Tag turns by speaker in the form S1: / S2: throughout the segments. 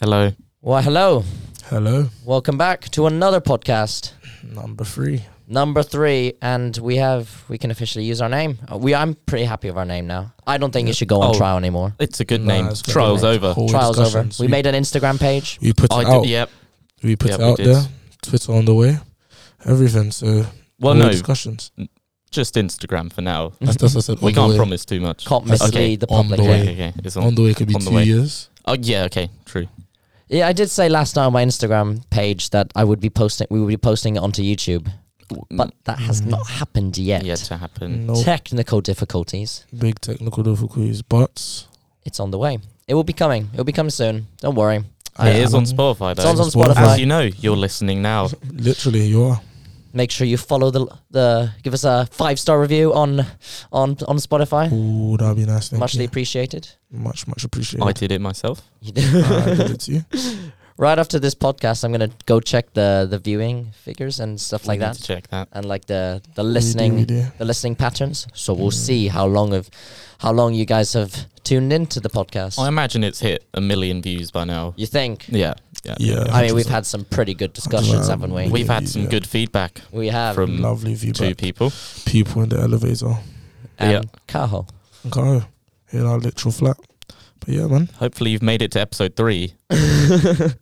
S1: Hello.
S2: Well, hello.
S3: Hello,
S2: Welcome back to another podcast,
S3: number three.
S2: number three, and we have we can officially use our name. Uh, We I'm pretty happy with our name now. I don't think it should go on
S1: Oh.
S2: trial anymore.
S1: It's a good
S3: Nah,
S1: name.
S3: it's good
S1: Uh, Trial's
S2: name.
S1: over.
S3: All
S2: Trials over.
S3: discussions.
S2: We made an Instagram page.
S3: We put
S1: I
S3: it out.
S1: did, yep.
S3: We put
S1: Yeah,
S3: it
S1: we
S3: out
S1: did.
S3: there. Twitter on the way. Everything. So
S1: Well,
S3: all
S1: no,
S3: discussions.
S1: just Instagram for now.
S3: That's, that's what I said.
S1: We
S3: on
S1: can't
S3: the way.
S1: promise too much.
S2: Can't
S1: Okay.
S2: mislead the
S3: On
S2: public.
S3: the
S1: Okay,
S2: here.
S3: way.
S1: okay, okay. It's
S3: On
S1: on.
S3: the way could be
S1: On the
S3: two
S1: way.
S3: years.
S1: Oh, yeah, okay, true.
S2: Yeah, I did say last night on my Instagram page that I would be posting we would be posting it onto YouTube, but that has
S3: Mm.
S2: not happened yet.
S1: yet to happen.
S3: No
S2: Technical difficulties.
S3: big technical difficulties, but
S2: It's on the way. It will be coming. It will be coming soon. Don't worry. I-
S1: It is
S3: I
S1: on
S3: don't-
S1: Spotify,
S2: um, It's on,
S1: though.
S2: on
S3: Spotify.
S2: Spotify.
S1: As you know, you're listening now.
S3: Literally, you are.
S2: Make sure you follow the the give us a five star review on on on Spotify.
S3: Oh, that'd be nice. Thank
S2: Muchly
S3: you.
S2: appreciated.
S3: much, much appreciated.
S1: I did it myself.
S2: You do-
S3: Ah, I did it to you.
S2: right after this podcast, I'm gonna go check the the viewing figures and stuff like
S1: We need
S2: that,
S1: to check that.
S2: and like the the
S3: We do,
S2: listening
S3: we do.
S2: the listening patterns. So we'll see how long of how long you guys have tuned into the podcast.
S1: I imagine it's hit a million views by now.
S2: you think?
S1: Yeah. Yeah.
S3: Yeah.
S2: I mean, we've had some pretty good discussions,
S3: Um,
S2: haven't we?
S1: We've had
S3: Yeah.
S1: some good feedback
S2: We have
S1: from
S3: lovely
S1: two
S3: feedback.
S1: people.
S3: People in the elevator.
S2: and
S1: yeah.
S2: Cajo.
S3: Okay, in our literal flat. But yeah, man.
S1: Hopefully, you've made it to episode three.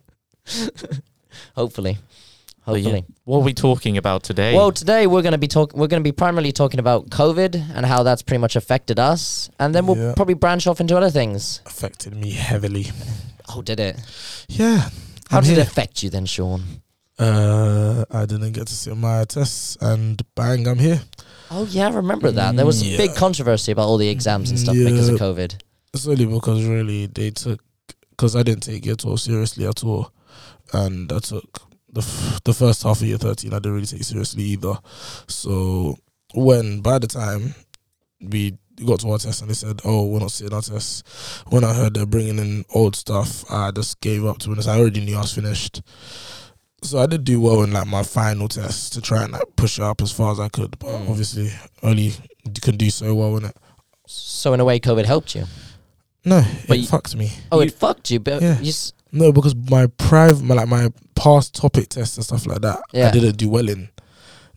S2: Hopefully,
S1: But yeah,
S2: hopefully.
S1: What are we talking about today?
S2: Well, today we're going to be talking. We're going to be primarily talking about COVID and how that's pretty much affected us, and then we'll
S3: Yeah.
S2: probably branch off into other things.
S3: Affected me heavily.
S2: Oh, did it?
S3: Yeah.
S2: How
S3: I'm
S2: did
S3: here.
S2: it affect you then, Sean?
S3: Uh, I didn't get to sit my tests, and bang, I'm here.
S2: Oh yeah, I remember that. There was
S3: Mm,
S2: big
S3: yeah.
S2: controversy about all the exams and stuff because of COVID.
S3: It's only because really they took, because I didn't take year 12 seriously at all, and I took the f- the first half of year 13. I didn't really take seriously either. So when by the time we got to our test and they said, "Oh, we're not sitting our tests," when I heard they're bringing in old stuff, I just gave up. To be honest, I already knew I was finished. So I did do well in like my final test to try and like push it up as far as I could, but
S2: Mm.
S3: obviously only can do so well in it.
S2: So in a way, COVID helped you.
S3: No,
S1: But
S3: it
S1: you-
S3: fucked me.
S2: Oh,
S1: You-
S2: it fucked you, but
S3: Yeah.
S2: you s-
S3: No, because my private, my, like my past topic tests and stuff like that,
S2: Yeah.
S3: I didn't do well in.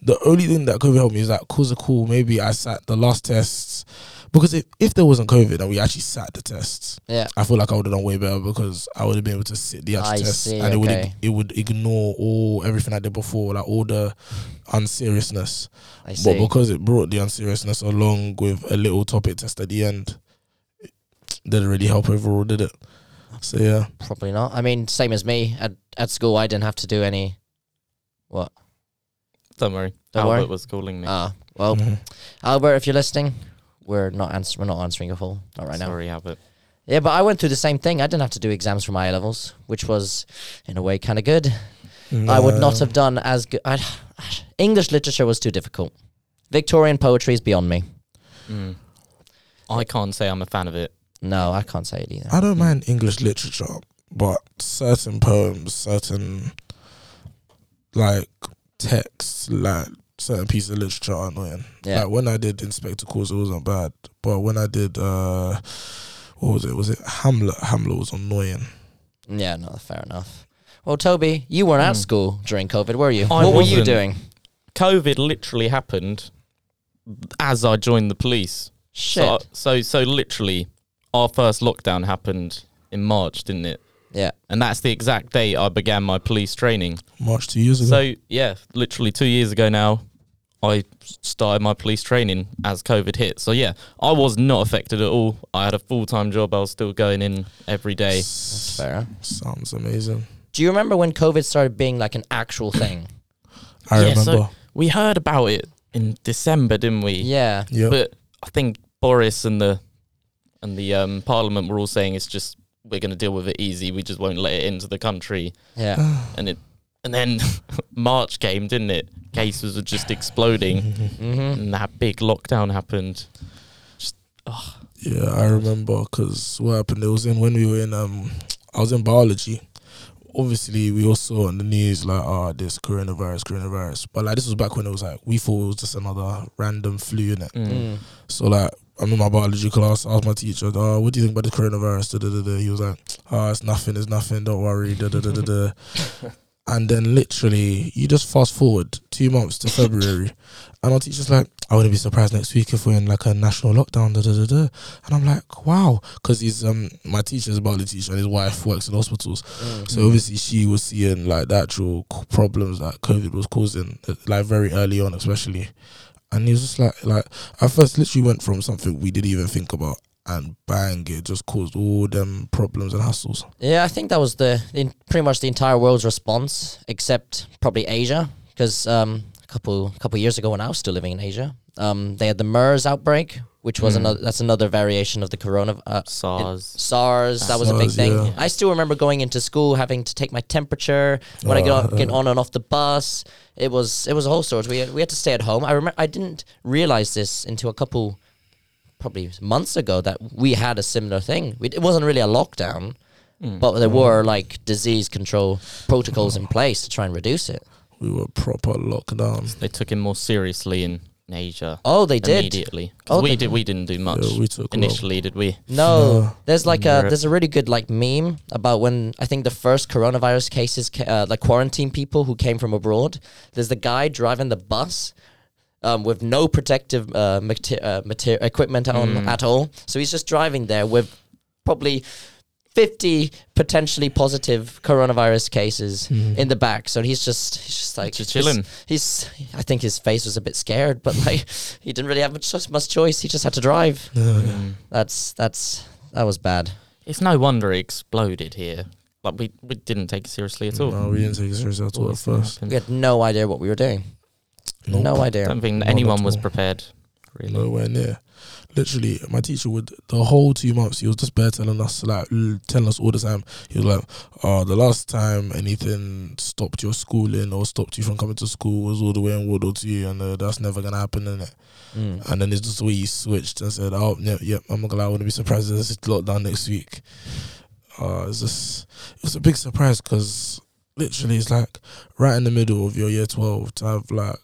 S3: The only thing that COVID helped me is that cause of cool. Maybe I sat the last tests because if, if there wasn't COVID and we actually sat the tests,
S2: yeah.
S3: I feel like I would have done way better because I would have been able to sit the
S2: I
S3: actual tests
S2: see,
S3: and it would
S2: okay.
S3: it would ignore all everything I did before, like all the unseriousness.
S2: I
S3: But
S2: see.
S3: because it brought the unseriousness along with a little topic test at the end, it didn't really help overall, did it? So yeah.
S2: Probably not. I mean, same as me at at school. I didn't have to do any. What?
S1: Don't worry.
S2: Don't
S1: Albert
S2: worry.
S1: was calling me.
S2: Ah, well,
S3: Mhm.
S2: Albert, if you're listening, we're not answer- We're not answering your call. Not right now.
S1: Sorry, Albert.
S2: Yeah, but I went through the same thing. I didn't have to do exams for my A levels, which was, in a way, kind of good. I would not have done as good. I, English literature was too difficult. Victorian poetry is beyond me.
S1: Mm. I can't say I'm a fan of it.
S2: No, I can't say it either.
S3: I don't mind English literature, but certain poems, certain like texts, like certain pieces of literature are annoying.
S2: Yeah.
S3: Like when I did Inspector Calls, it wasn't bad, but when I did uh, what was it? Was it Hamlet? Hamlet was annoying.
S2: Yeah, no, fair enough. Well, Toby, you weren't at
S1: Hmm.
S2: school during COVID, were you?
S1: I
S2: what were you
S1: wasn't.
S2: doing?
S1: COVID literally happened as I joined the police.
S2: Shit.
S1: So, so so literally, our first lockdown happened in March, didn't it?
S2: yeah.
S1: And that's the exact date I began my police training.
S3: March two years ago.
S1: So yeah, literally two years ago now, I started my police training as COVID hit. So yeah, I was not affected at all. I had a full time job. I was still going in every day.
S3: S-
S2: Fair.
S3: sounds amazing.
S2: Do you remember when COVID started being like an actual thing?
S3: I
S1: Yeah, so-
S3: remember.
S1: We heard about it in December, didn't we?
S2: yeah.
S3: yeah,
S1: But I think Boris and the and the um, Parliament were all saying it's just we're going to deal with it easy. We just won't let it into the country.
S2: Yeah.
S1: And it and then March came, didn't it? Cases were just exploding,
S2: hmm
S1: and that big lockdown happened.
S3: Yeah, I remember because what happened. It was in when we were in um, I was in biology. Obviously, we all saw on the news like, oh, this coronavirus, coronavirus. But like, this was back when it was like we thought it was just another random flu in it.
S1: Mm.
S2: Mm.
S3: So like, I remember my biology class. I asked my teacher, oh, "What do you think about the coronavirus?" Da, da, da, da. He was like, "Ah, it's nothing. It's nothing. Don't worry." Da, da, da, da, da. And then literally, you just fast forward two months to February, and our teacher's like, "I wouldn't be surprised next week if we're in like a national lockdown." Da, da, da, da. And I'm like, "Wow," because he's um my teacher's a biology teacher, and his wife works in hospitals. So obviously she was seeing like the actual c- problems that COVID was causing, uh, like very early on, especially. And it was just like, like at first, literally went from something we didn't even think about, and bang, it just caused all them problems and hassles.
S2: Yeah, I think that was the in pretty much the entire world's response, except probably Asia, because um, a couple couple years ago when I was still living in Asia, um, they had the MERS outbreak, which was another that's another variation of the corona uh,
S1: SARS.
S2: SARS. That was a big
S3: SARS,
S2: thing.
S3: yeah.
S2: I still remember going into school having to take my temperature when I get on, get on and off the bus. It was it was a whole sorts. We had, we had to stay at home. I remember I didn't realize this until a couple probably months ago that we had a similar thing. We, it wasn't really a lockdown, but there were like disease control protocols in place to try and reduce it.
S3: We were proper lockdown.
S1: They took him more seriously in Asia.
S2: Oh, they did.
S1: immediately. 'Cause
S2: Oh,
S1: we
S2: they-
S1: did. We didn't do much
S3: Yeah, we took a lot.
S1: initially, did we?
S2: No,
S3: No.
S2: there's like a
S1: Europe.
S2: there's a really good like meme about when I think the first coronavirus cases, ca- uh, like quarantine people who came from abroad. There's the guy driving the bus. Um, with no protective uh, mate- uh, mater- equipment on
S1: Hmm.
S2: at all, so he's just driving there with probably fifty potentially positive coronavirus cases in the back. So he's just he's just like
S1: Just chilling.
S2: He's, he's I think his face was a bit scared, but like he didn't really have much, much choice. He just had to drive. That's that's that was bad.
S1: Mm. It's no wonder it exploded here. Like we, we didn't take it seriously at all.
S3: No, we didn't take it seriously at all
S1: Always
S3: at first.
S1: happened.
S2: We had no idea what we were doing.
S3: Nope.
S2: No idea.
S1: I don't think
S3: Not
S1: anyone
S3: at
S1: was
S3: all.
S1: prepared. Really.
S3: Nowhere near. Literally, my teacher would the whole two months he was just bare telling us like l- telling us all the time. He was like, "Oh, the last time anything stopped your schooling or stopped you from coming to school was all the way in World War Two, and uh, that's never gonna happen, innit?"
S2: Mm.
S3: And then it's just the way he switched and said, "Oh, yep, yep, I'm not gonna. lie, I wouldn't be surprised if this is lockdown next week." Uh, it's just it was a big surprise because literally it's like right in the middle of your year twelve to have like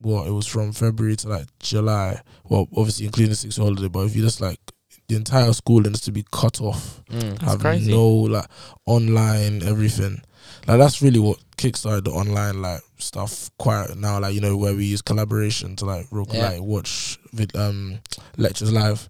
S3: what it was from February to like July. Well, obviously including the six holiday, but if you just like the entire school and just to be cut off,
S2: Mm.
S1: That's
S3: have
S1: crazy.
S3: no like online everything. Like that's really what kickstarted the online like stuff. Quite now, like you know where we use collaboration to like real,
S2: Yeah.
S3: like watch vid- um lectures live.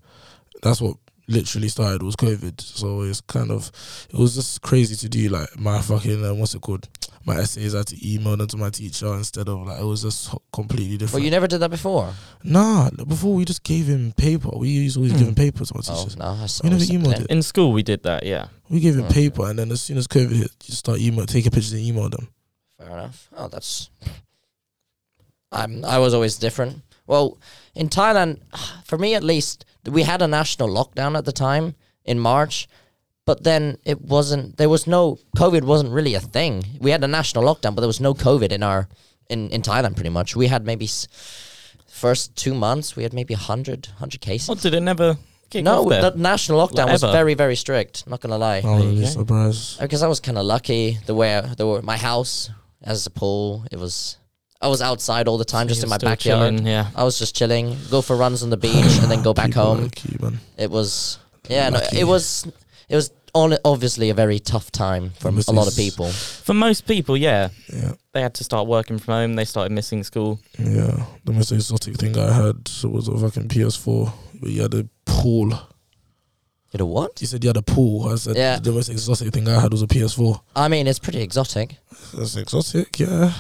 S3: That's what literally started was COVID. So it's kind of it was just crazy to do like my fucking um, what's it called my essays. I had to email them to my teacher instead of like it was just completely different.
S2: Well, you never did that before.
S3: Nah, before we just gave him paper. We used to always give him paper to our
S2: Oh
S3: teachers.
S2: no, I saw
S3: we never
S2: something
S3: emailed
S2: there.
S3: it.
S1: In school, we did that. Yeah.
S3: We gave him
S2: Okay.
S3: paper, and then as soon as COVID hit, you start email, taking pictures and email them.
S2: Fair enough. Oh, that's. I'm. I was always different. Well, in Thailand, for me at least, we had a national lockdown at the time in March, but then it wasn't. There was no COVID. wasn't really a thing. We had a national lockdown, but there was no COVID in our in in Thailand. Pretty much, we had maybe s- first two months we had maybe 100, 100 cases.
S1: What Oh, did it never kick
S2: no,
S1: off there?
S2: that national lockdown was
S1: Ever.
S2: very very strict. Not gonna lie
S3: I was
S1: There you
S3: really
S1: go.
S3: surprised.
S2: because I was kind of lucky the way I, the way, my house has a pool. It was I was outside all the time, just
S1: You're
S2: in my
S1: still
S2: backyard.
S1: chilling, yeah.
S2: I was just chilling, go for runs on the beach, and then go back
S3: People
S2: home.
S3: like you, man.
S2: It was yeah, no,
S3: Lucky.
S2: it was it was on obviously a very tough time for
S3: It was
S2: a lot of
S3: this-
S2: people.
S1: For most people, yeah,
S3: Yeah,
S1: they had to start working from home. They started missing school.
S3: yeah. The most exotic thing I had was a fucking PS4. But you had a pool.
S2: You know what?
S3: You said you had a pool. I said
S2: Yeah.
S3: the most exotic thing I had was a PS4.
S2: I mean, it's pretty exotic.
S3: That's exotic, yeah.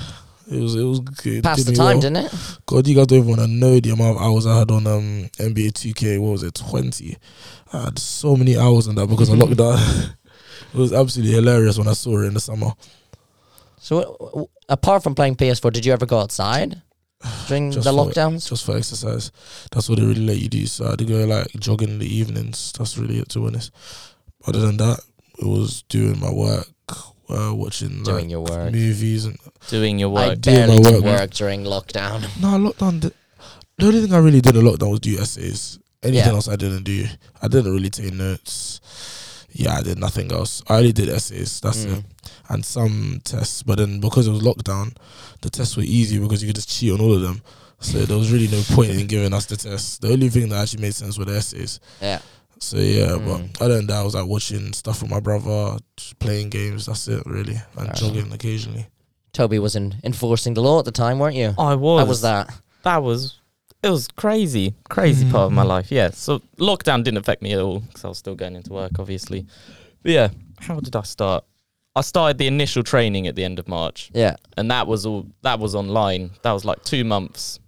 S3: It was it was good.
S2: Passed
S3: Did
S2: the
S3: me
S2: time,
S3: well.
S2: didn't it?
S3: God, you guys don't even want to know the amount of hours I had on um NBA 2K. What was it, 20? I had so many hours on that because of lockdown. it was absolutely hilarious when I saw it in the summer.
S2: So w- w- apart from playing PS4, did you ever go outside during
S3: Just
S2: the
S3: for-
S2: lockdowns?
S3: Just for exercise. That's what they really let you do. So I had to go like jogging in the evenings. That's really it, to be honest. Other than that, it was doing my work, uh, watching
S2: Doing
S3: like,
S2: your work.
S3: movies. and
S1: Doing your
S2: I
S1: work.
S3: do my
S2: barely did
S3: work, man.
S2: work during lockdown.
S3: No, lockdown. di- The only thing I really did in lockdown was do essays. Anything
S2: Yeah.
S3: else I didn't do. I didn't really take notes. Yeah, I did nothing else. I only did essays. That's
S2: Mm.
S3: it. And some tests. But then because it was lockdown, the tests were easy because you could just cheat on all of them. So there was really no point in giving us the test. The only thing that actually made sense were the essays.
S2: Yeah.
S3: So yeah,
S2: Mm.
S1: Hmm.
S3: but other than that, I was like watching stuff with my brother, just playing games. That's it, really, and
S2: Fair
S3: jogging occasionally.
S2: Toby was in enforcing the law at the time, weren't you?
S1: I was.
S2: How was that?
S1: That was. It was crazy, crazy part of my
S2: Mm.
S1: life. Yeah. So lockdown didn't affect me at all because I was still going into work, obviously. But yeah, how did I start? I started the initial training at the end of March,
S2: Yeah.
S1: and that was all. That was online. That was like two months.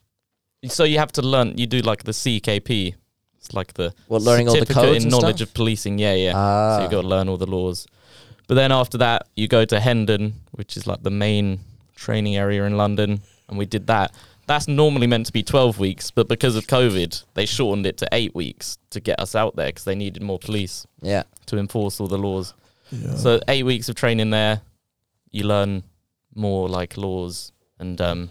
S1: So you have to learn. You do like the CKP. It's like the
S2: Well, learning all the
S1: certificate
S2: codes
S1: in
S2: and
S1: knowledge
S2: stuff?
S1: of policing. Yeah, yeah.
S2: Ah.
S1: So you got to learn all the laws. But then after that, you go to Hendon, which is like the main training area in London, and we did that. That's normally meant to be 12 weeks, but because of COVID, they shortened it to eight weeks to get us out there because they needed more police
S2: Yeah.
S1: to enforce all the laws.
S3: Yeah.
S1: So, eight weeks of training there, you learn more like laws and um,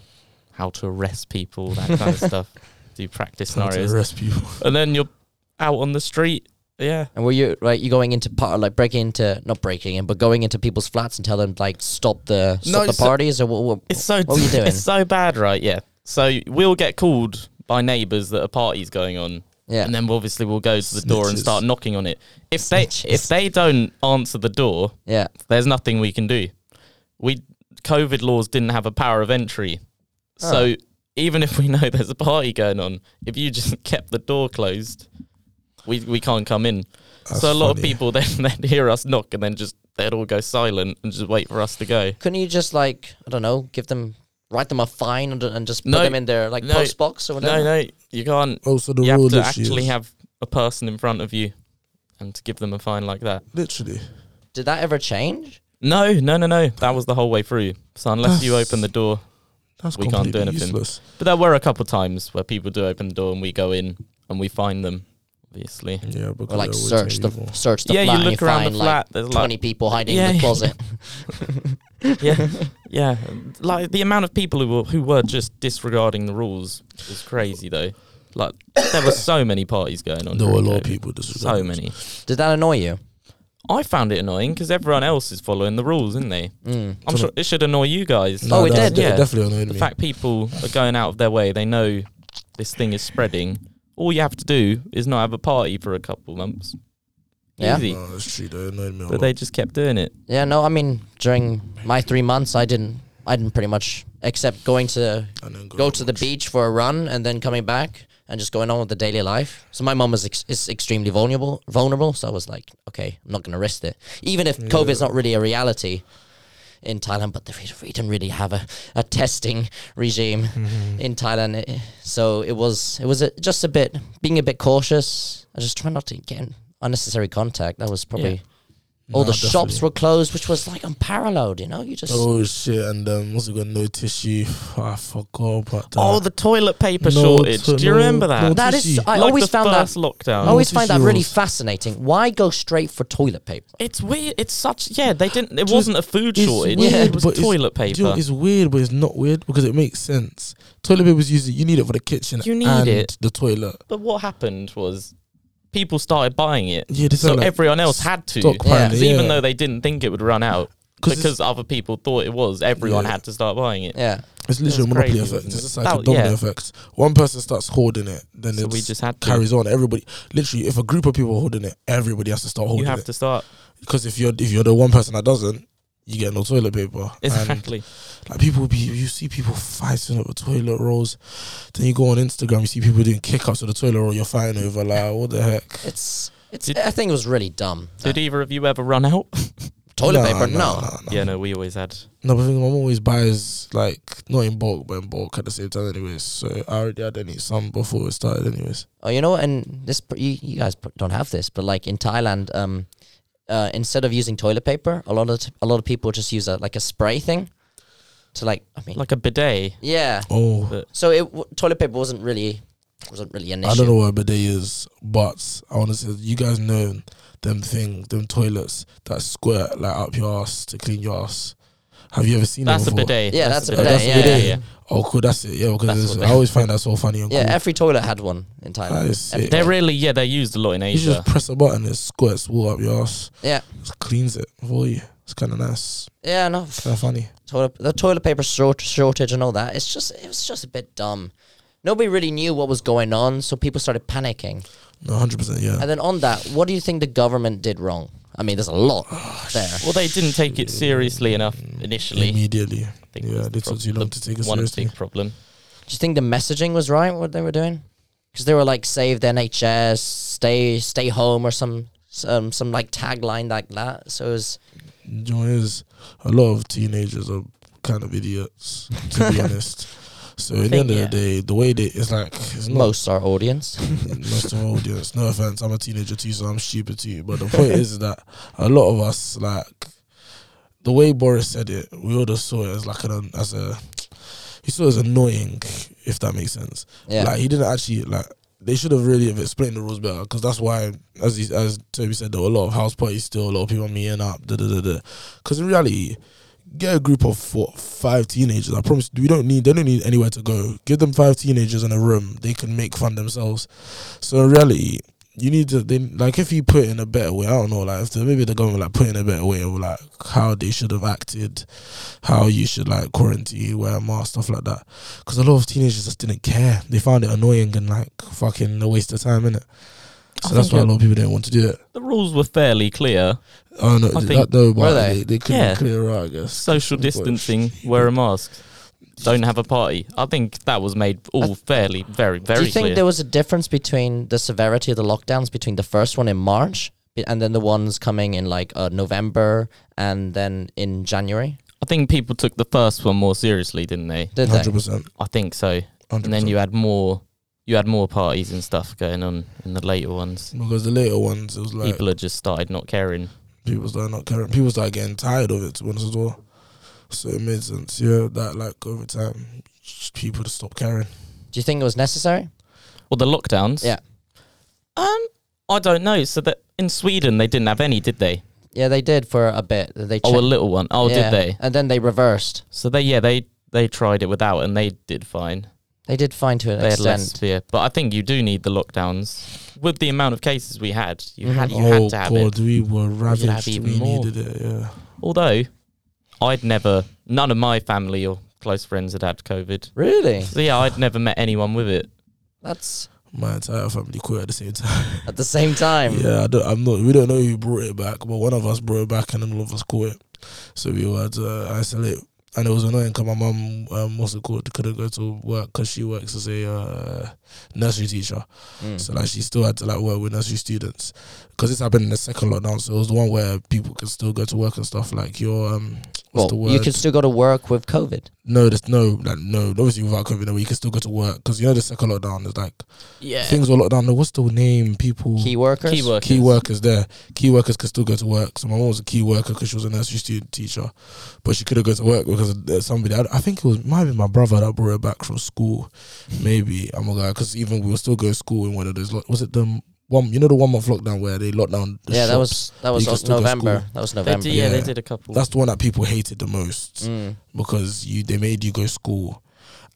S1: how to arrest people, that kind of stuff. Do practice
S3: Time to
S1: scenarios.
S3: arrest people.
S1: And then you're out on the street. Yeah.
S2: And were you right? You going into part like breaking into not breaking in, but going into people's flats and tell them like stop the
S1: No,
S2: stop the
S1: it's a-
S2: parties or what? what
S1: It's so
S2: What were you doing?
S1: It's so bad, right? Yeah. So we'll get called by neighbours that a party's going on,
S2: yeah.
S1: and then obviously we'll go to the door and
S3: Snitches.
S1: start knocking on it. If
S2: Snitches.
S1: they if they don't answer the door,
S2: Yeah.
S1: there's nothing we can do. We COVID laws didn't have a power of entry,
S3: Ah.
S1: so even if we know there's a party going on, if you just kept the door closed, we we can't come in.
S3: That's
S1: so a lot of
S3: funny.
S1: people then they'd hear us knock and then just they'd all go silent and just wait for us to go.
S2: Couldn't you just like I don't know, give them write them a fine and, and just put
S1: No,
S2: them in their like
S1: no,
S2: post box or whatever?
S1: No, no, you can't.
S3: Oh, so the
S1: you
S3: rule
S1: have to
S3: literally,
S1: actually
S3: is-
S1: have a person in front of you and to give them a fine like that.
S3: literally.
S2: Did that ever change?
S1: No, no, no, no. That was the whole way through. So unless you
S3: That's-
S1: open the door,
S3: That's
S1: We can't do
S3: completely
S1: anything.
S3: useless.
S1: but there were a couple of times where people do open the door and we go in and we find them. Obviously,
S3: Yeah, because
S2: Or like
S3: they're always
S2: search the
S3: evil.
S2: search the
S1: Yeah, you
S2: flat and
S1: look around the
S2: find
S1: flat,
S2: like
S1: there's, like-
S2: twenty people hiding
S1: Yeah,
S2: in the
S1: yeah.
S2: closet.
S1: yeah, yeah. Like the amount of people who were who were just disregarding the rules was crazy, though. Like there were so many parties going on.
S3: There were a
S1: during
S3: lot of
S1: COVID.
S3: people. Just
S1: So many.
S2: Did that annoy you?
S1: I found it annoying because everyone else is following the rules, isn't they?
S2: Mm.
S1: I'm sure it should annoy you guys.
S2: No, Oh, it did,
S1: yeah.
S3: definitely annoyed
S1: the
S3: me.
S1: fact people are going out of their way, they know this thing is spreading. All you have to do is not have a party for a couple months.
S2: Yeah.
S1: Easy.
S3: No, that's true. They annoyed me. a
S1: But
S3: lot.
S1: they just kept doing it.
S2: Yeah, no, I mean during my three months I didn't I didn't pretty much except going to
S3: and then
S2: go to the beach for a run and then coming back and just going on with the daily life. So my mom is ex- is extremely vulnerable, vulnerable. So I was like, okay, I'm not going to risk it, even if COVID's not really a reality in Thailand. But they re- we didn't really have a, a testing regime in Thailand, Eh, so it was it was a, just a bit being a bit cautious. I just try not to get in unnecessary contact. That was probably. All
S3: No,
S2: the shops
S3: definitely.
S2: were closed, which was like unparalleled. You know, you just
S3: Oh shit! And um, also got no tissue. I forgot about that.
S1: Oh, the toilet paper
S3: No,
S1: shortage.
S3: to-
S1: Do you
S3: no,
S1: remember that?
S3: no
S2: that is.
S3: tissue.
S2: I
S1: Like
S2: always
S1: the
S2: found that
S1: first lockdown.
S2: I always
S3: Notice
S2: find that really
S3: yours.
S2: fascinating. Why go straight for toilet paper?
S1: It's weird. It's such yeah. They didn't. It
S3: Just-
S1: wasn't a food
S3: It's
S1: shortage.
S3: weird,
S1: it was
S3: but it's-
S1: toilet
S3: do you know,
S1: paper.
S3: it's weird, but it's not weird because it makes sense. Toilet paper is used. You need it for the kitchen.
S1: You need
S3: and
S1: it.
S3: The toilet.
S1: but what happened was people started buying it,
S3: Yeah, this
S1: so
S3: is like
S1: everyone else had to.
S3: stockpiling,
S1: Because
S3: yeah.
S1: Even though they didn't think it would run out,
S3: 'Cause it's-
S1: because other people thought it was, everyone
S3: Yeah.
S1: had to start buying it.
S2: Yeah.
S3: It's literally a
S1: That's
S3: monopoly
S1: crazy, isn't
S3: effect. It's
S1: it?
S3: just like a
S1: That-
S3: domino
S1: yeah.
S3: effect. One person starts hoarding it, then
S1: So
S3: it
S1: we just had to.
S3: carries on. Everybody, literally, if a group of people are hoarding it, everybody has to start
S1: You
S3: holding
S1: have
S3: Oh, it.
S1: to start
S3: Because if you're if you're the one person that doesn't, you get no toilet paper. And
S1: exactly.
S3: like people be you see people fighting over toilet rolls. Then you go on Instagram, you see people doing kick ups of the toilet roll. You're fighting over like what the heck?
S2: It's. It's.
S1: Did-
S2: I think it was really dumb.
S1: Did either of you ever run out?
S2: toilet
S3: Nah,
S2: paper?
S3: nah,
S2: No.
S3: nah, nah.
S1: Yeah, no, we always had.
S3: No, but the thing, my mom always buys like not in bulk, but in bulk at the same time, anyways. So I already had any some before it started, anyways.
S2: Oh, you know, what? and this pr- you, you guys pr- don't have this, but like in Thailand, um, uh, instead of using toilet paper, a lot of t- a lot of people just use a like a spray thing, to like. I mean.
S1: Like a bidet.
S2: yeah.
S3: Oh,
S1: But-
S2: So it w- toilet paper wasn't really wasn't really an issue.
S3: I don't know what a bidet is, but I want to say you guys know them thing, them toilets that squirt like up your ass to clean your ass. Have you ever seen
S1: That's a
S3: them before?
S1: bidet.
S2: Yeah, that's a
S3: bidet,
S1: Oh, That's eh?
S3: yeah,
S1: bidet,
S3: yeah. Oh, cool. That's it. Yeah,
S1: That's
S3: because
S1: what
S3: it's-
S1: they-
S3: I always find that so funny and
S2: Yeah,
S3: cool.
S2: every toilet had one in
S3: That
S2: Thailand.
S3: is
S2: Every
S3: sick.
S1: They're
S2: toilet.
S1: really yeah. They're used a lot in
S3: you
S1: Asia.
S3: just press a button, it squirts water up your ass,
S2: yeah,
S3: just cleans it for you. It's kind of nice,
S2: yeah, no.
S3: kind of funny.
S2: toilet the toilet paper short, shortage and all that. It's just it was just a bit dumb. nobody really knew what was going on, so people started panicking.
S3: No, hundred percent. Yeah.
S2: And then on that, what do you think the government did wrong? I mean, there's a lot there.
S1: Well, they didn't take it seriously enough
S2: Mm,
S1: initially.
S3: Immediately.
S1: think
S3: Yeah,
S1: was
S3: they
S1: the
S3: took
S1: prob-
S3: too long
S1: the
S3: to take us
S1: one
S3: seriously.
S1: big problem.
S2: Do you think the messaging was right? What they were doing? Because they were like, "Save the NHS, stay stay home," or some some some like tagline like that. So it was
S3: You know what it is a lot of teenagers are kind of idiots, to be honest. So at the
S2: think,
S3: end of
S2: yeah.
S3: the day, the way they it's like it's not
S2: most our audience.
S3: most of our audience. No offense, I'm a teenager too, so I'm stupid too. But the point is that a lot of us, like the way Boris said it, we all just saw it as like an as a he saw it as annoying, if that makes sense.
S2: Yeah.
S3: Like he didn't actually like. They should have really have explained the rules better because that's why, as he, as Toby said, there were a lot of house parties still, a lot of people meeting up, da da da da. Because in reality, get a group of four, five teenagers. I promise we don't need they don't need anywhere to go. Give them five teenagers in a room, they can make fun themselves. So in reality, you need to they, like if you put in a better way. I don't know, like if the, maybe the government like put in a better way of like how they should have acted, how you should like quarantine, wear a mask, stuff like that. Because a lot of teenagers just didn't care. They found it annoying and like fucking a waste of time in it.
S1: I
S3: So that's
S1: think
S3: why a
S1: it-
S3: lot of people didn't want to do it.
S1: The rules were fairly clear.
S3: Oh no,
S1: I
S3: that
S1: think-
S3: though, but
S2: Were
S3: they?
S2: they?
S3: they couldn't
S1: Yeah.
S3: clear out. I guess
S1: Social
S3: But-
S1: distancing, wear a mask, don't have a party. I think that was made all fairly, very, very
S2: do you think
S1: clear.
S2: there was a difference between the severity of the lockdowns between the first one in March i- and then the ones coming in like uh, November and then in January?
S1: I think people took the first one more seriously, didn't they?
S2: Did they?
S3: Hundred percent.
S1: I think so. And then you had more, you had more parties and stuff going on in the later ones.
S3: because the later ones it was like
S1: People had just started not caring.
S3: people started not caring. People started getting tired of it to be honest as well. So it made sense, yeah. That like over time, people just stopped caring.
S2: Do you think it was necessary?
S1: Well, the lockdowns.
S2: Yeah.
S1: Um, I don't know. So that in Sweden they didn't have any, did they?
S2: Yeah, they did for a bit. They
S1: Oh, a
S2: checked-
S1: little one. Oh,
S2: yeah,
S1: did they?
S2: And then they reversed.
S1: So they yeah they they tried it without and they did fine.
S2: They did fine to an
S1: They had
S2: extent.
S1: less fear, but I think you do need the lockdowns with the amount of cases we had. You
S2: Mm-hmm.
S1: had you
S3: oh
S1: had to have it.
S3: god, we were
S1: should have
S3: ravaged. We
S1: even more.
S3: needed it. Yeah,
S1: Although I'd never none of my family or close friends had had COVID.
S2: Really?
S1: So yeah, I'd never met anyone with it.
S2: That's
S3: my entire family quit at the same time.
S2: at the same time.
S3: yeah, I don't, I'm not. We don't know who brought it back, but one of us brought it back, and then all of us caught it. So we all had to uh, isolate. And it was annoying because my mum, um, what's it called, couldn't go to work because she works as a uh, nursery teacher.
S2: Mm.
S3: So like she still had to like work with nursery students because this happened in the second lockdown. So it was the one where people could still go to work and stuff. Like your um, what's the
S2: well,
S3: word?
S2: you could still go to work with COVID.
S3: no, there's no like no. Obviously without COVID, no, you can still go to work because you know the second lockdown is like
S1: Yeah.
S3: things were locked down. What's the name? People
S2: Key workers.
S1: Key workers.
S3: key workers there. Key workers could still go to work. So my mom was a key worker because she was a nursery student teacher, but she couldn't go to work because there's somebody. I, I think it was might have been my brother that brought her back from school. Maybe I'm a guy because even we were still going to school in one of those. Lo- was it the one? You know the one month lockdown where they locked down. The
S2: yeah, that
S3: shops?
S2: was that was
S3: you could
S2: us-
S3: still go to
S2: November.
S3: school.
S2: That was
S1: They
S2: November.
S1: did, yeah, they
S3: Yeah.
S1: did a couple.
S3: that's the one that people hated the most
S2: Mm.
S3: because you they made you go to school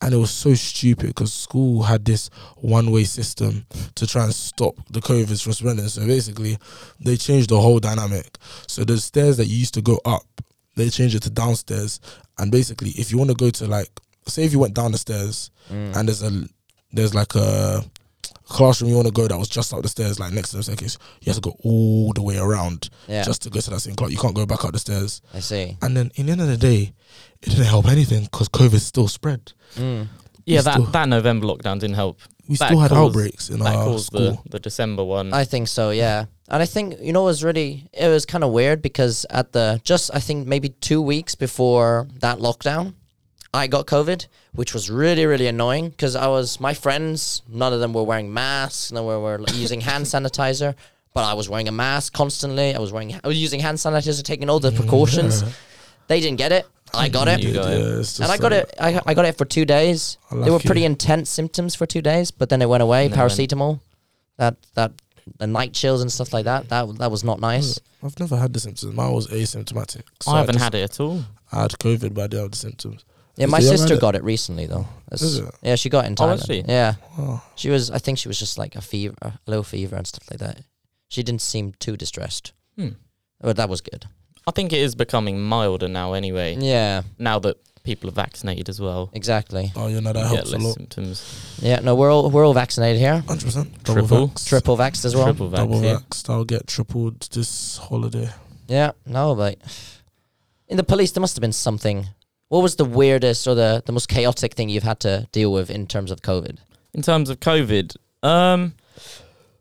S3: and it was so stupid because school had this one-way system to try and stop the covid from spreading so basically they changed the whole dynamic so the stairs that you used to go up they changed it to downstairs and basically if you want to go to like say if you went down the stairs
S2: Mm.
S3: and there's a there's like a classroom you want to go that was just up the stairs like next to the staircase you have to go all the way around
S2: Yeah,
S3: just to go to that same class you can't go back up the stairs
S2: I see.
S3: and then in the end of the day, it didn't help anything because COVID still spread.
S2: Mm.
S1: yeah,
S3: we still-
S1: that, that November lockdown didn't help.
S3: We
S1: That
S3: still had
S1: caused-
S3: outbreaks in
S1: that
S3: our
S1: caused
S3: school.
S1: the, the December one.
S2: I think so, yeah. And I think you know it was really it was kind of weird because at the just I think maybe 2 weeks before that lockdown I got covid, which was really really annoying because I was my friends none of them were wearing masks, none were, were using hand sanitizer, but I was wearing a mask constantly. I was wearing I was using hand sanitizer, taking all the precautions. They didn't get it. I got it.
S1: You got it.
S3: Yeah, it's
S2: and
S3: just
S2: I got
S3: like-
S2: it. I, I got it for two days. They were
S3: Unlucky.
S2: pretty intense symptoms for two days, but then it went away.
S1: And then it went-
S2: Paracetamol, that that the night chills and stuff like that. That that was not nice.
S3: I've never had the symptoms. Mine was asymptomatic. so
S1: I haven't
S3: just-
S1: had it at all.
S3: I had COVID, but I didn't have the symptoms.
S2: Yeah,
S3: Is
S2: my
S3: it young,
S2: sister
S3: isn't it?
S2: got it recently though. That's-
S3: Is it?
S2: Yeah, she got it in
S1: Oh,
S2: Thailand.
S1: has she?
S2: Yeah,
S3: Wow.
S2: she was. I think she was just like a fever, a low fever and stuff like that. She didn't seem too distressed.
S1: Hmm.
S2: But that was good.
S1: I think it is becoming milder now anyway.
S2: Yeah,
S1: Now that people are vaccinated as well.
S2: Exactly.
S3: Oh, you know that
S1: you get
S3: helps a
S1: less
S3: lot.
S1: symptoms.
S2: Yeah, no, we're all we're all vaccinated here.
S3: Hundred percent.
S1: Triple.
S2: Triple vaxxed as well.
S1: Triple vax.
S3: Double
S1: yeah.
S3: vaxxed. I'll get tripled this holiday.
S2: Yeah, no, but in the police there must have been something. What was the weirdest or the, the most chaotic thing you've had to deal with in terms of COVID?
S1: in terms of COVID, um,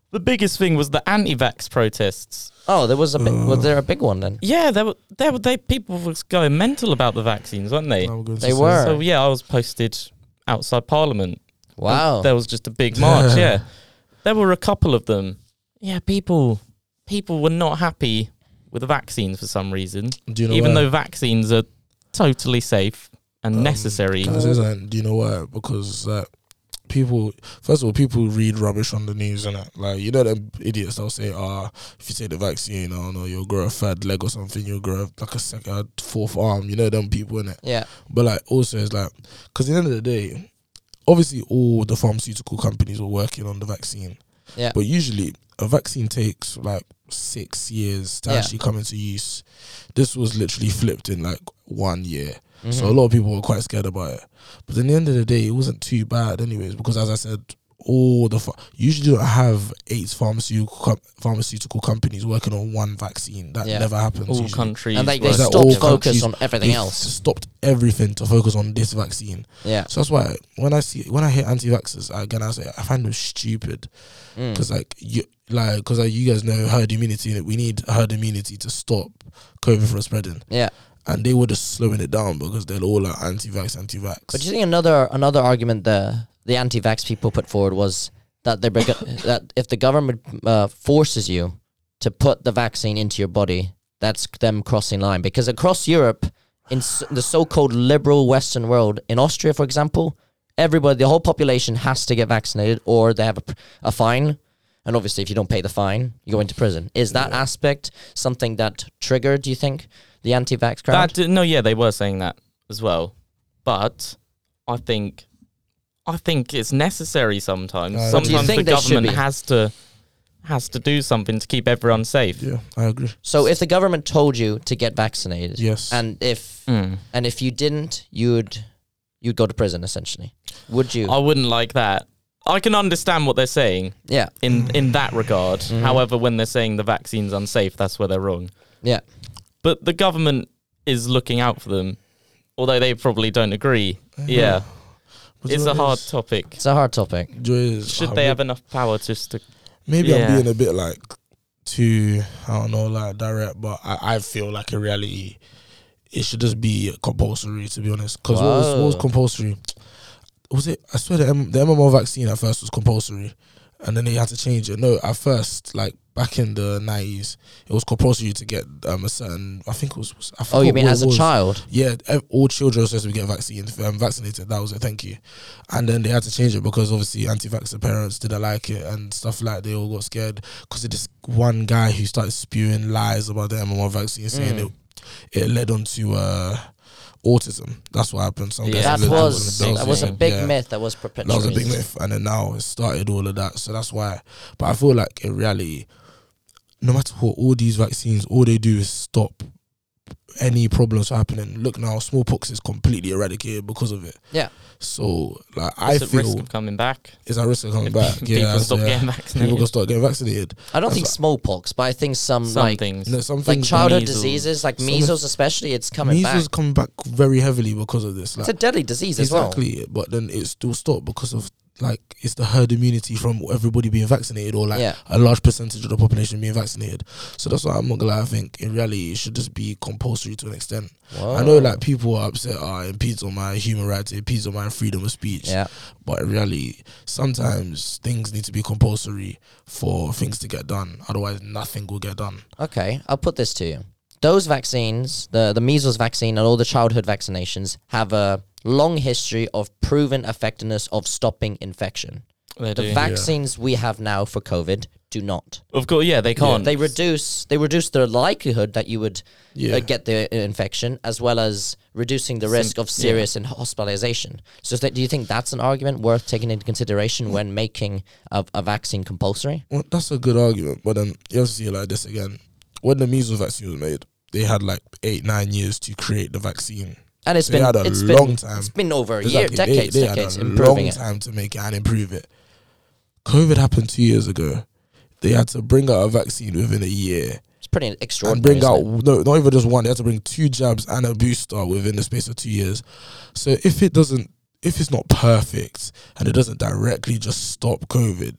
S1: the biggest thing was the anti-vax protests.
S2: Oh, there was a big,
S3: Uh.
S2: was there a big one then?
S1: Yeah, there were there were they people was going mental about the vaccines, weren't they?
S3: Now we're going to
S2: They
S3: say-
S2: were.
S1: So yeah, I was posted outside Parliament.
S2: Wow.
S1: There was just a big march. yeah, there were a couple of them. Yeah, people people were not happy with the vaccines for some reason,
S3: Do you know
S1: even
S3: why?
S1: though vaccines are totally safe and
S3: Um,
S1: necessary.
S3: Can I say something? Do you know why? Because uh, people, first of all, people read rubbish on the news and that. Like, you know, them idiots, they'll say, ah, if you take the vaccine, I don't know, you'll grow a third leg or something, you'll grow like a second, a fourth arm. You know, them people in it.
S2: yeah.
S3: But, like, also, it's like, because at the end of the day, obviously, all the pharmaceutical companies were working on the vaccine.
S2: Yeah.
S3: But usually, a vaccine takes like six years to
S2: Yeah.
S3: actually come into use. This was literally flipped in like one year. So a
S2: Mhm.
S3: lot of people were quite scared about it. But in the end of the day, it wasn't too bad, anyways, because as I said, all the ph- you usually don't have eight pharmaceutical com- pharmaceutical companies working on one vaccine. That
S2: Yeah.
S3: never happens.
S1: All
S3: usually.
S1: countries,
S2: And they,
S1: were-
S2: they
S3: Is that
S2: stopped
S3: all
S2: focus
S3: countries-
S2: on everything
S3: They
S2: else.
S3: stopped everything to focus on this vaccine.
S2: Yeah.
S3: So that's why when I see when I hear anti-vaxxers again, I say I find them stupid.
S2: Mm.
S3: because like you like because like, you guys know herd immunity and we need herd immunity to stop COVID from spreading.
S2: Yeah.
S3: And they were just slowing it down because they're all like anti-vax, anti-vax.
S2: But do you think another another argument the the anti-vax people put forward was that they that if the government uh, forces you to put the vaccine into your body, that's them crossing line because across Europe, in s- the so-called liberal Western world, in Austria, for example, everybody, the whole population has to get vaccinated or they have a, pr- a fine. And obviously, if you don't pay the fine, you go into prison. Is that aspect something that triggered? Do you think the anti-vax crowd?
S1: That did- no, yeah, they were saying that as well, but I think, I think it's necessary sometimes.
S3: Uh, But do you
S1: sometimes the
S2: think they should
S1: government
S2: be?
S1: has to has to do something to keep everyone safe.
S3: yeah, I agree.
S2: So if the government told you to get vaccinated,
S3: Yes.
S2: and if
S1: Mm.
S2: and if you didn't, you'd you'd go to prison essentially. Would you?
S3: Oh.
S1: I wouldn't like that. I can understand what they're saying
S2: yeah,
S1: in in that regard. However, when they're saying the vaccine's unsafe, that's where they're wrong.
S2: yeah,
S1: But the government is looking out for them, although they probably don't agree. Yeah,
S3: But
S1: it's
S3: you
S1: a
S3: know
S1: hard
S3: what
S1: topic.
S2: it's a hard topic.
S3: it is? Do you know what it is?
S1: Should
S3: I
S1: they
S3: would-
S1: have enough power just to?
S3: Maybe
S1: Yeah.
S3: I'm being a bit like too I don't know like direct, but I, I feel like in reality it should just be compulsory to be honest. Because what was what was
S2: Wow.
S3: compulsory? Was it? I swear the M- the MMR vaccine at first was compulsory, and then they had to change it. No, at first like back in the nineties, it was compulsory to get um, a certain. I think it was. I
S2: Oh, you
S3: forgot
S2: mean
S3: what it
S2: as a
S3: was.
S2: child?
S3: Yeah, ev- all children are supposed to get vaccinated, um, vaccinated. That was it. Thank you. And then they had to change it because obviously anti-vaxxer parents didn't like it and stuff like. They all got scared because of this one guy who started spewing lies about the MMR vaccine, saying
S2: Mm.
S3: it it led on to uh, autism. That's what happened. Some
S1: Yeah.
S3: guys
S2: That
S3: lived with
S2: was
S3: an
S1: That
S2: that was a
S3: adult,
S2: big
S3: yeah.
S2: myth that was
S3: That
S2: perpetuated.
S3: was a big myth, and then now it started all of that. So that's why. But I feel like in reality, no matter what, all these vaccines, all they do is stop any problems from happening. Look now, smallpox is completely eradicated because of it.
S2: Yeah.
S3: So like, I
S1: It's at risk
S3: feel
S1: of coming back.
S3: it's at risk of coming
S1: If
S3: back.
S1: people
S3: yeah,
S1: stop
S3: so, yeah.
S1: getting
S3: People
S1: vaccinated.
S3: can start getting vaccinated.
S2: I don't
S3: That's
S2: think
S3: what-
S2: smokeppox, but I think some,
S1: Some
S2: like
S1: things.
S3: No, some
S2: like
S3: things-
S2: childhood
S1: Measles.
S2: diseases, like
S3: Some-
S2: measles especially, it's coming
S3: measles
S2: back.
S3: coming back very heavily because of this. Like,
S2: It's a deadly disease as well.
S3: exactly, but then it still stopped because of like it's the herd immunity from everybody being vaccinated or like
S2: Yeah.
S3: a large percentage of the population being vaccinated. So that's why I'm not gonna lie. I think in reality it should just be compulsory to an extent. I
S2: Oh.
S3: know like people are upset, ah, it impedes on my human rights, it impedes on my freedom of speech.
S2: Yeah.
S3: But in reality, sometimes things need to be compulsory for things to get done. Otherwise nothing will get done.
S2: Okay, I'll put this to you. Those vaccines, the, the measles vaccine and all the childhood vaccinations, have a long history of proven effectiveness of stopping infection.
S1: They
S2: The
S1: do.
S2: vaccines we have now for COVID do not.
S1: Of course, yeah, they can't.
S2: They reduce they reduce the likelihood that you would
S3: Yeah.
S2: uh, get the uh, infection, as well as reducing the risk of serious and hospitalization. So, is that, do you think that's an argument worth taking into consideration when making a, a vaccine compulsory?
S3: Well, that's a good argument, but then you have to see it like this again. When the measles vaccine was made, they had like eight, nine years to create the vaccine.
S2: and it's
S3: They
S2: been
S3: had a
S2: it's
S3: long
S2: been
S3: time.
S2: it's been over a year,
S3: Exactly. They-
S2: decades,
S3: they had
S2: decades
S3: a
S2: improving
S3: long
S2: it.
S3: time to make it and improve it. COVID happened two years ago. They had to bring out a vaccine within a year
S2: It's pretty
S3: and
S2: extraordinary.
S3: bring out
S2: isn't
S3: no, not even just one. They had to bring two jabs and a booster within the space of two years. So if it doesn't, if it's not perfect and it doesn't directly just stop COVID,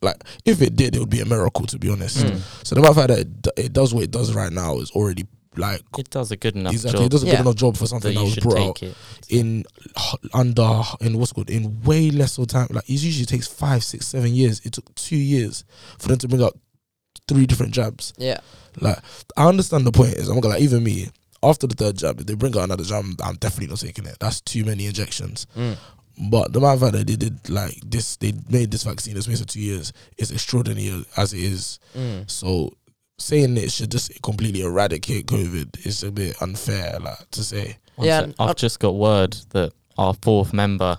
S3: like if it did, it would be a miracle to be honest.
S1: Hmm.
S2: Mm.
S3: So the matter fact that it, d- it does what it does right now is already like
S1: It does a good enough
S3: exactly
S1: job
S3: it does a
S2: Yeah.
S3: good enough job for
S1: that
S3: something that
S1: you
S3: was
S1: should
S3: brought out
S1: take it.
S3: in h- under in what's called in way less of time. Like it usually takes five, six, seven years. It took two years for them to bring out three different jabs.
S2: it? Yeah,
S3: Like I understand the point is I'm gonna like even me after the third jab if they bring out another jab I'm, I'm definitely not taking it. That's too many injections.
S2: Mm.
S3: But the matter of fact that they did like this, they made this vaccine in the space of two years is extraordinary as it is.
S2: Mm.
S3: So saying it should just completely eradicate COVID is a bit unfair, like to say.
S1: One
S2: Yeah,
S1: sec.
S2: and I'll-
S1: I've just got word that our fourth member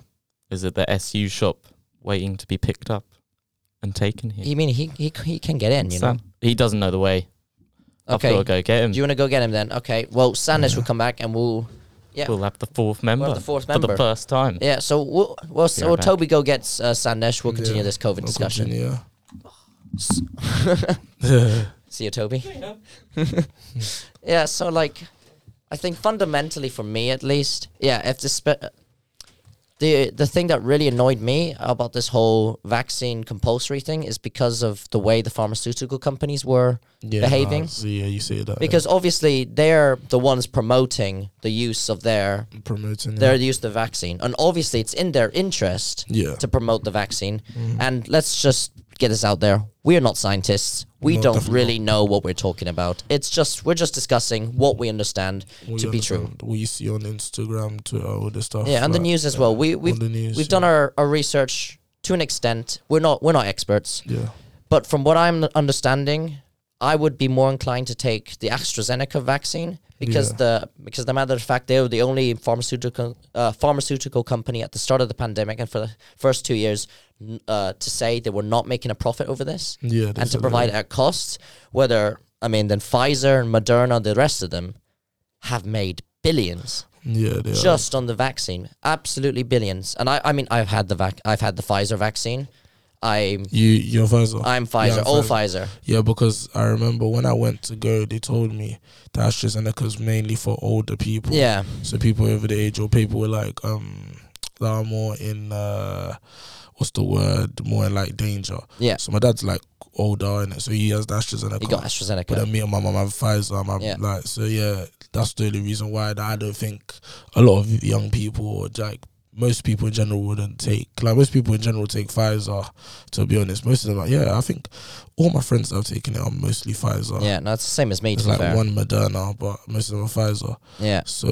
S1: is at the SU shop waiting to be picked up and taken here.
S2: you mean he he he can get in, you know?
S1: Sam- he doesn't know the way. I've got
S2: Okay,
S1: to go get him.
S2: do you want to go get him then? Okay, well, Sanders
S3: Yeah.
S2: will come back and we'll yeah.
S1: We'll have the fourth member
S2: we'll have the fourth
S1: for
S2: member.
S1: the first time.
S2: Yeah, so we'll, we'll,
S1: Be right
S2: well
S1: back.
S2: Toby go get uh, Sandesh. We'll continue
S3: Yeah,
S2: this COVID discussion.
S3: Yeah.
S2: See you, Toby. yeah, so like, I think fundamentally for me at least, yeah, if the spe- the the thing that really annoyed me about this whole vaccine compulsory thing is because of the way the pharmaceutical companies were
S3: Yeah,
S2: behaving.
S3: nah, so yeah, you say that.
S2: Because obviously they're the ones promoting the use of their
S3: yeah. promoting
S2: their
S3: yeah.
S2: use of the vaccine, and obviously it's in their interest
S3: yeah. Mm-hmm.
S2: to promote the vaccine. And let's just get this out there. We're not scientists. We
S3: No,
S2: don't
S3: definitely
S2: really know what we're talking about. It's just we're just discussing what we understand
S3: What
S2: to
S3: you
S2: be true.
S3: understand, What you see on Instagram, Twitter, all this stuff.
S2: Yeah, and the
S3: like,
S2: news as
S3: yeah,
S2: well. We
S3: on
S2: we've
S3: the news,
S2: we've done
S3: yeah.
S2: our, our research to an extent. We're not we're not experts.
S3: Yeah.
S2: But from what I'm understanding, I would be more inclined to take the AstraZeneca vaccine because
S3: Yeah.
S2: the because the matter of fact they were the only pharmaceutical uh, pharmaceutical company at the start of the pandemic and for the first two years n- uh, to say they were not making a profit over this
S3: Yeah. they
S2: and to
S3: said
S2: provide
S3: that.
S2: at cost. Whether I mean, then Pfizer and Moderna, the rest of them, have made billions
S3: Yeah, they are.
S2: just on the vaccine, absolutely billions. And I, I mean, I've had the vac, I've had the Pfizer vaccine. I'm,
S3: you you're Pfizer.
S2: I'm Pfizer,
S3: I'm
S2: all Pfizer.
S3: yeah, because I remember when I went to go, they told me that AstraZeneca's mainly for older people.
S2: Yeah,
S3: So people over the age or people were like um that are more in uh what's the word? More in like danger.
S2: yeah.
S3: So my dad's like older and so he has the AstraZeneca.
S2: He got
S3: But
S2: AstraZeneca.
S3: then me and my mum have Pfizer. I'm
S2: Yeah.
S3: like, so yeah, that's the only reason why that I don't think a lot of young people or like most people in general wouldn't take. Like most people in general take Pfizer. To be honest, most of them like, yeah, I think all my friends that have taken it are mostly Pfizer.
S2: Yeah, no, it's the same as me. To
S3: There's
S2: be
S3: like
S2: fair.
S3: one Moderna, but most of them are Pfizer.
S2: yeah,
S3: So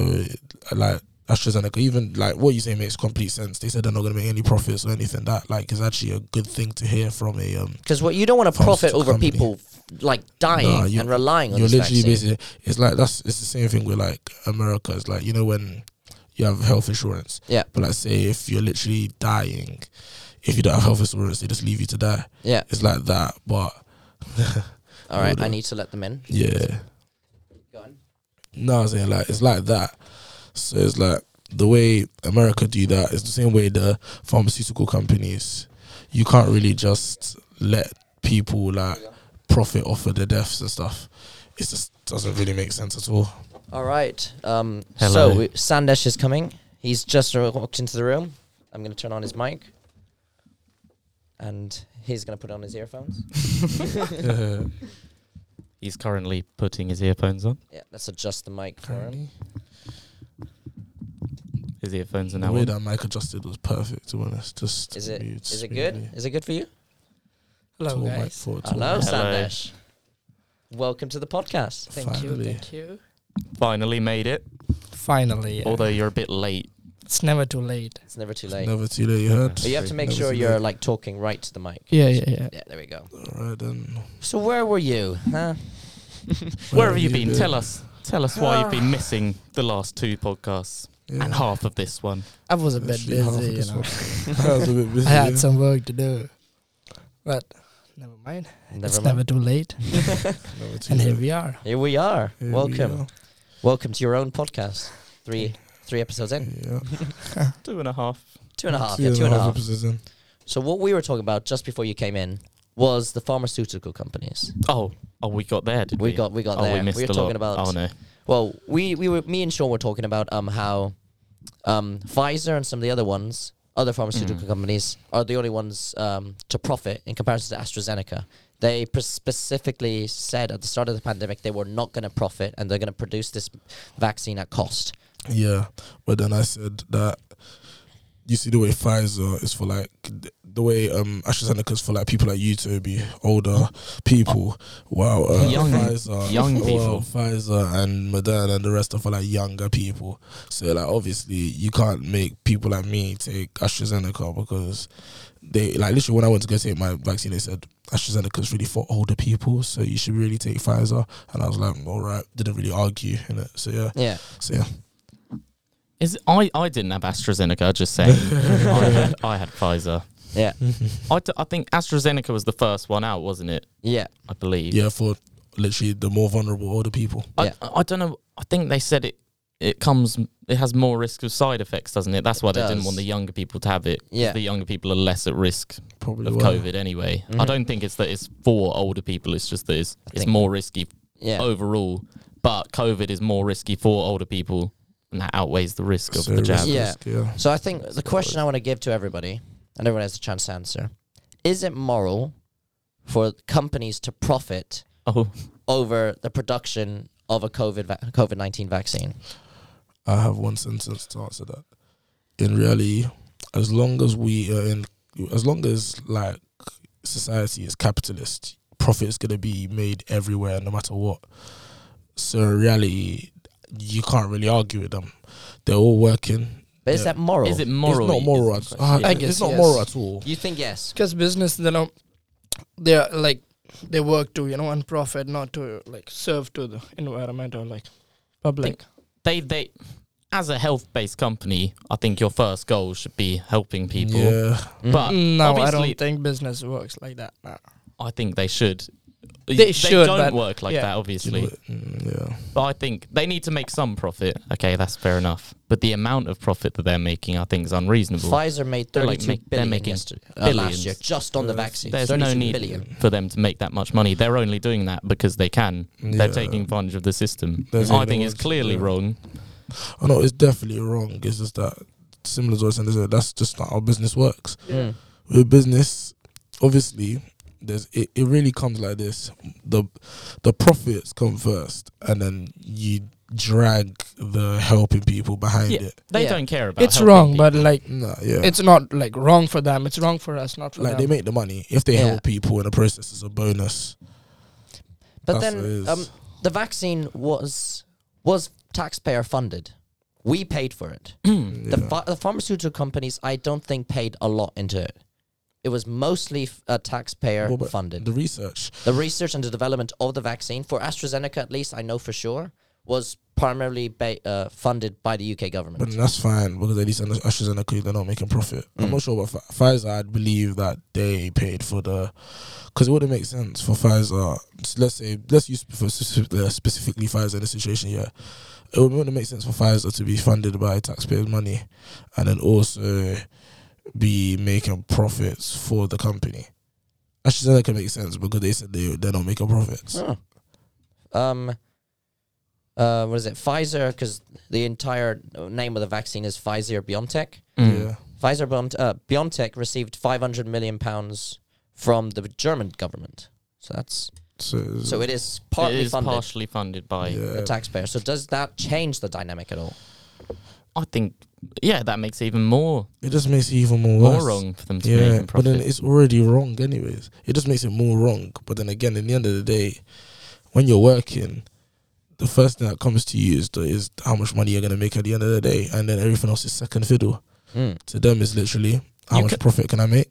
S3: like AstraZeneca, even like what you say makes complete sense. They said they're not gonna make any profits or anything. That like is actually a good thing to hear from a um
S2: because what you don't want to profit
S3: Pharmaceutical
S2: over
S3: company.
S2: people like dying
S3: Nah, you-
S2: and relying on
S3: you're
S2: this
S3: literally
S2: vaccine.
S3: basically it's like that's it's the same thing with like America. It's like you know when you have health insurance,
S2: Yeah.
S3: But let's say if you're literally dying, if you don't have health insurance, they just leave you to die.
S2: yeah.
S3: It's like that, but
S2: All right, I
S3: Order.
S2: need to let them in.
S3: yeah,
S2: Go on.
S3: no, I'm saying like it's like that. So it's like the way America do that is the same way the pharmaceutical companies. You can't really just let people like profit off of their deaths and stuff. It just doesn't really make sense at all.
S2: All right. Um,
S1: Hello.
S2: So we, Sandesh is coming. He's just uh, walked into the room. I'm going to turn on his mic, and he's going to put on his earphones.
S1: He's currently putting his earphones on.
S2: Yeah, let's adjust the mic for him.
S3: Currently.
S1: His earphones are
S3: The
S1: now
S3: way
S1: on.
S3: that mic adjusted was perfect, to be honest. Just
S2: Is it
S3: moved
S2: is it good?
S3: smoothly.
S2: Is it good for you?
S3: To
S4: Hello,
S3: all my
S4: guys.
S3: thoughts, all
S2: Hello,
S3: my-
S1: Hello.
S2: Sandesh. Welcome to the podcast.
S4: Thank
S3: Finally.
S4: you. Thank you.
S1: Finally made it.
S4: Finally. yeah.
S1: Although you're a bit late.
S4: it's never too late.
S2: It's never too
S3: It's
S2: late.
S3: Never too late, you heard.
S2: But you have to make
S3: Never
S2: sure
S3: too
S2: you're
S3: late.
S2: like talking right to the mic.
S4: Yeah, yeah, yeah.
S2: Yeah, there we go.
S3: All right, then.
S2: So where were you? Huh?
S1: Where have you been?
S3: been?
S1: Tell us. Tell us why you've been missing the last two podcasts
S3: Yeah.
S1: and half of this one.
S4: I was a bit
S3: Literally half of
S4: busy, you
S3: this
S4: know.
S3: one. I was a bit busy.
S4: I had
S3: yeah.
S4: some work to do. But never mind.
S2: Never
S4: it's
S2: mind.
S4: never too late.
S3: Never too
S4: and here
S3: late.
S4: we are.
S2: Here we are.
S3: Here we
S2: Welcome.
S3: are.
S2: Welcome to your own podcast. Three Three episodes in,
S3: Yeah.
S1: Two and a half.
S2: two and a half,
S3: Two
S2: yeah,
S3: and
S2: two and a half.
S3: episodes in.
S2: So what we were talking about just before you came in was the pharmaceutical companies.
S1: Oh, oh, we got there, did we?
S2: We got we got
S1: oh,
S2: there.
S1: we missed
S2: were
S1: a lot.
S2: talking about
S1: oh no.
S2: well, we we were me and Sean were talking about um how um Pfizer and some of the other ones, other pharmaceutical companies, are the only ones um to profit in comparison to AstraZeneca. They pres- specifically said at the start of the pandemic they were not going to profit and they're going to produce this vaccine at cost.
S3: Yeah, but then I said that you see the way Pfizer is for like th- the way um AstraZeneca is for like people like you, Toby, older people. Wow, uh,
S1: Young-
S3: Pfizer,
S1: young
S3: well,
S1: people.
S3: Pfizer and Moderna and the rest are for like younger people. So like obviously you can't make people like me take AstraZeneca because they like literally when I went to go take my vaccine, they said AstraZeneca is really for older people, so you should really take Pfizer. And I was like, all right, didn't really argue in it. So yeah,
S2: Yeah.
S3: so yeah.
S1: Is I I didn't have AstraZeneca. Just saying, I had I had Pfizer.
S2: Yeah.
S4: Mm-hmm.
S1: I, d- I think AstraZeneca was the first one out, wasn't it?
S2: Yeah.
S1: I believe.
S3: yeah, for literally the more vulnerable older people.
S1: I,
S2: Yeah.
S1: I don't know. I think they said it. It comes. It has more risk of side effects, doesn't it? That's why they didn't
S2: does.
S1: want the younger people to have it. 'cause
S2: Yeah.
S1: The younger people are less at risk
S3: Probably
S1: of
S3: were. Mm-hmm.
S1: COVID anyway. I
S2: Mhm.
S1: don't think it's that it's for older people. It's just that it's, it's
S2: think-
S1: more risky
S2: Yeah.
S1: overall. But COVID is more risky for older people, and that outweighs the risk of
S3: So
S1: the jab.
S3: risk,
S2: Yeah.
S3: yeah.
S2: So I think the question I want to give to everybody, and everyone has a chance to answer, is it moral for companies to profit
S1: Oh,
S2: over the production of a COVID va- COVID nineteen vaccine?
S3: I have one sentence to answer that. In reality, as long as we are in, as long as like society is capitalist, profit is going to be made everywhere, no matter what. So in reality, you can't really argue with them. They're all working.
S2: But is
S3: Yeah.
S2: that moral?
S1: is it moral?
S3: It's not moral Uh,
S1: Is
S3: at
S1: the
S3: all.
S1: question.
S4: I
S3: it's
S4: guess
S3: not
S4: yes.
S3: moral at all.
S2: You think yes?
S4: Because business, they know, they are like they work to you know and profit, not to like serve to the environment or like public.
S1: they they as a health based company, I think your first goal should be helping people.
S3: Yeah,
S2: uh,
S1: But
S4: no, I
S1: obviously-
S4: don't think business works like that. Nah.
S1: I think they should. They,
S4: should,
S1: don't
S4: but-
S1: work like
S4: yeah.
S1: that,
S3: You know
S1: obviously.
S3: it. Mm, yeah.
S1: But I think they need to make some profit. Okay, that's fair enough. But the amount of profit that they're making, I think, is unreasonable.
S2: Pfizer made
S1: Mm-hmm. They're
S2: thirty-two
S1: like make- they're
S2: billion
S1: making
S2: yesterday, uh, last
S1: billions.
S2: year just on the vaccine.
S1: There's no
S2: 32
S1: need
S2: billion.
S1: for them to make that much money. They're only doing that because they can.
S3: Yeah.
S1: They're taking advantage of the system.
S3: They're
S1: I
S3: taking
S1: think it's
S3: advantage,
S1: clearly
S3: yeah.
S1: wrong.
S3: I know it's definitely wrong. It's just that similar to what I said, is that that's just not how business works.
S2: Mm.
S3: With business, obviously, there's it, it really comes like this. The the profits come first and then you drag the helping people behind
S1: Yeah.
S3: it.
S1: They
S2: Yeah.
S1: don't care about.
S4: It's
S1: helping
S4: wrong,
S1: people.
S4: but like
S3: No, yeah.
S4: it's not like wrong for them. It's wrong for us, not for
S3: like they
S4: them.
S3: make the money. If they
S2: Yeah.
S3: help people in the process is a bonus.
S2: But
S3: That's what it
S2: then
S3: is.
S2: um, the vaccine was was taxpayer funded. We paid for it.
S1: Mm.
S2: The,
S3: Mm, Yeah.
S2: ph- the pharmaceutical companies, I don't think, paid a lot into it. It was mostly f- uh, taxpayer
S3: Well, but
S2: funded.
S3: The research.
S2: The research and the development of the vaccine for AstraZeneca, at least I know for sure, was primarily ba- uh, funded by the UK government.
S3: But that's fine because at least under AstraZeneca they're not making profit. I'm not sure about Pfi- Pfizer. I'd believe that they paid for the because it wouldn't make sense for Pfizer. s- Let's say let's use for speci- uh, specifically Pfizer in this situation. Yeah, it would- wouldn't make sense for Pfizer to be funded by taxpayers' money and then also be making profits for the company. AstraZeneca makes sense because they said they they're not making profits.
S2: Huh. Um, uh, what is it? Pfizer, because the entire name of the vaccine is Pfizer BioNTech.
S1: Mm.
S3: Yeah,
S2: Pfizer Biont- uh, BioNTech received 500 million pounds from the German government. So that's
S3: so
S2: so it is partly
S1: it is
S2: funded
S1: partially funded by.
S2: the
S3: yeah.
S2: taxpayer. So does that change the dynamic at all?
S1: I think, yeah, that makes it even more
S3: it just makes it even more
S1: more
S3: worse.
S1: wrong for them to
S3: Yeah,
S1: make
S3: but
S1: profit.
S3: then it's already wrong, anyways. It just makes it more wrong. But then again, in the end of the day, when you're working, the first thing that comes to you is the, is how much money you're gonna make at the end of the day, and then everything else is second fiddle.
S2: Mm.
S3: To them, is literally how
S1: You
S3: much
S1: ca-
S3: profit can I make?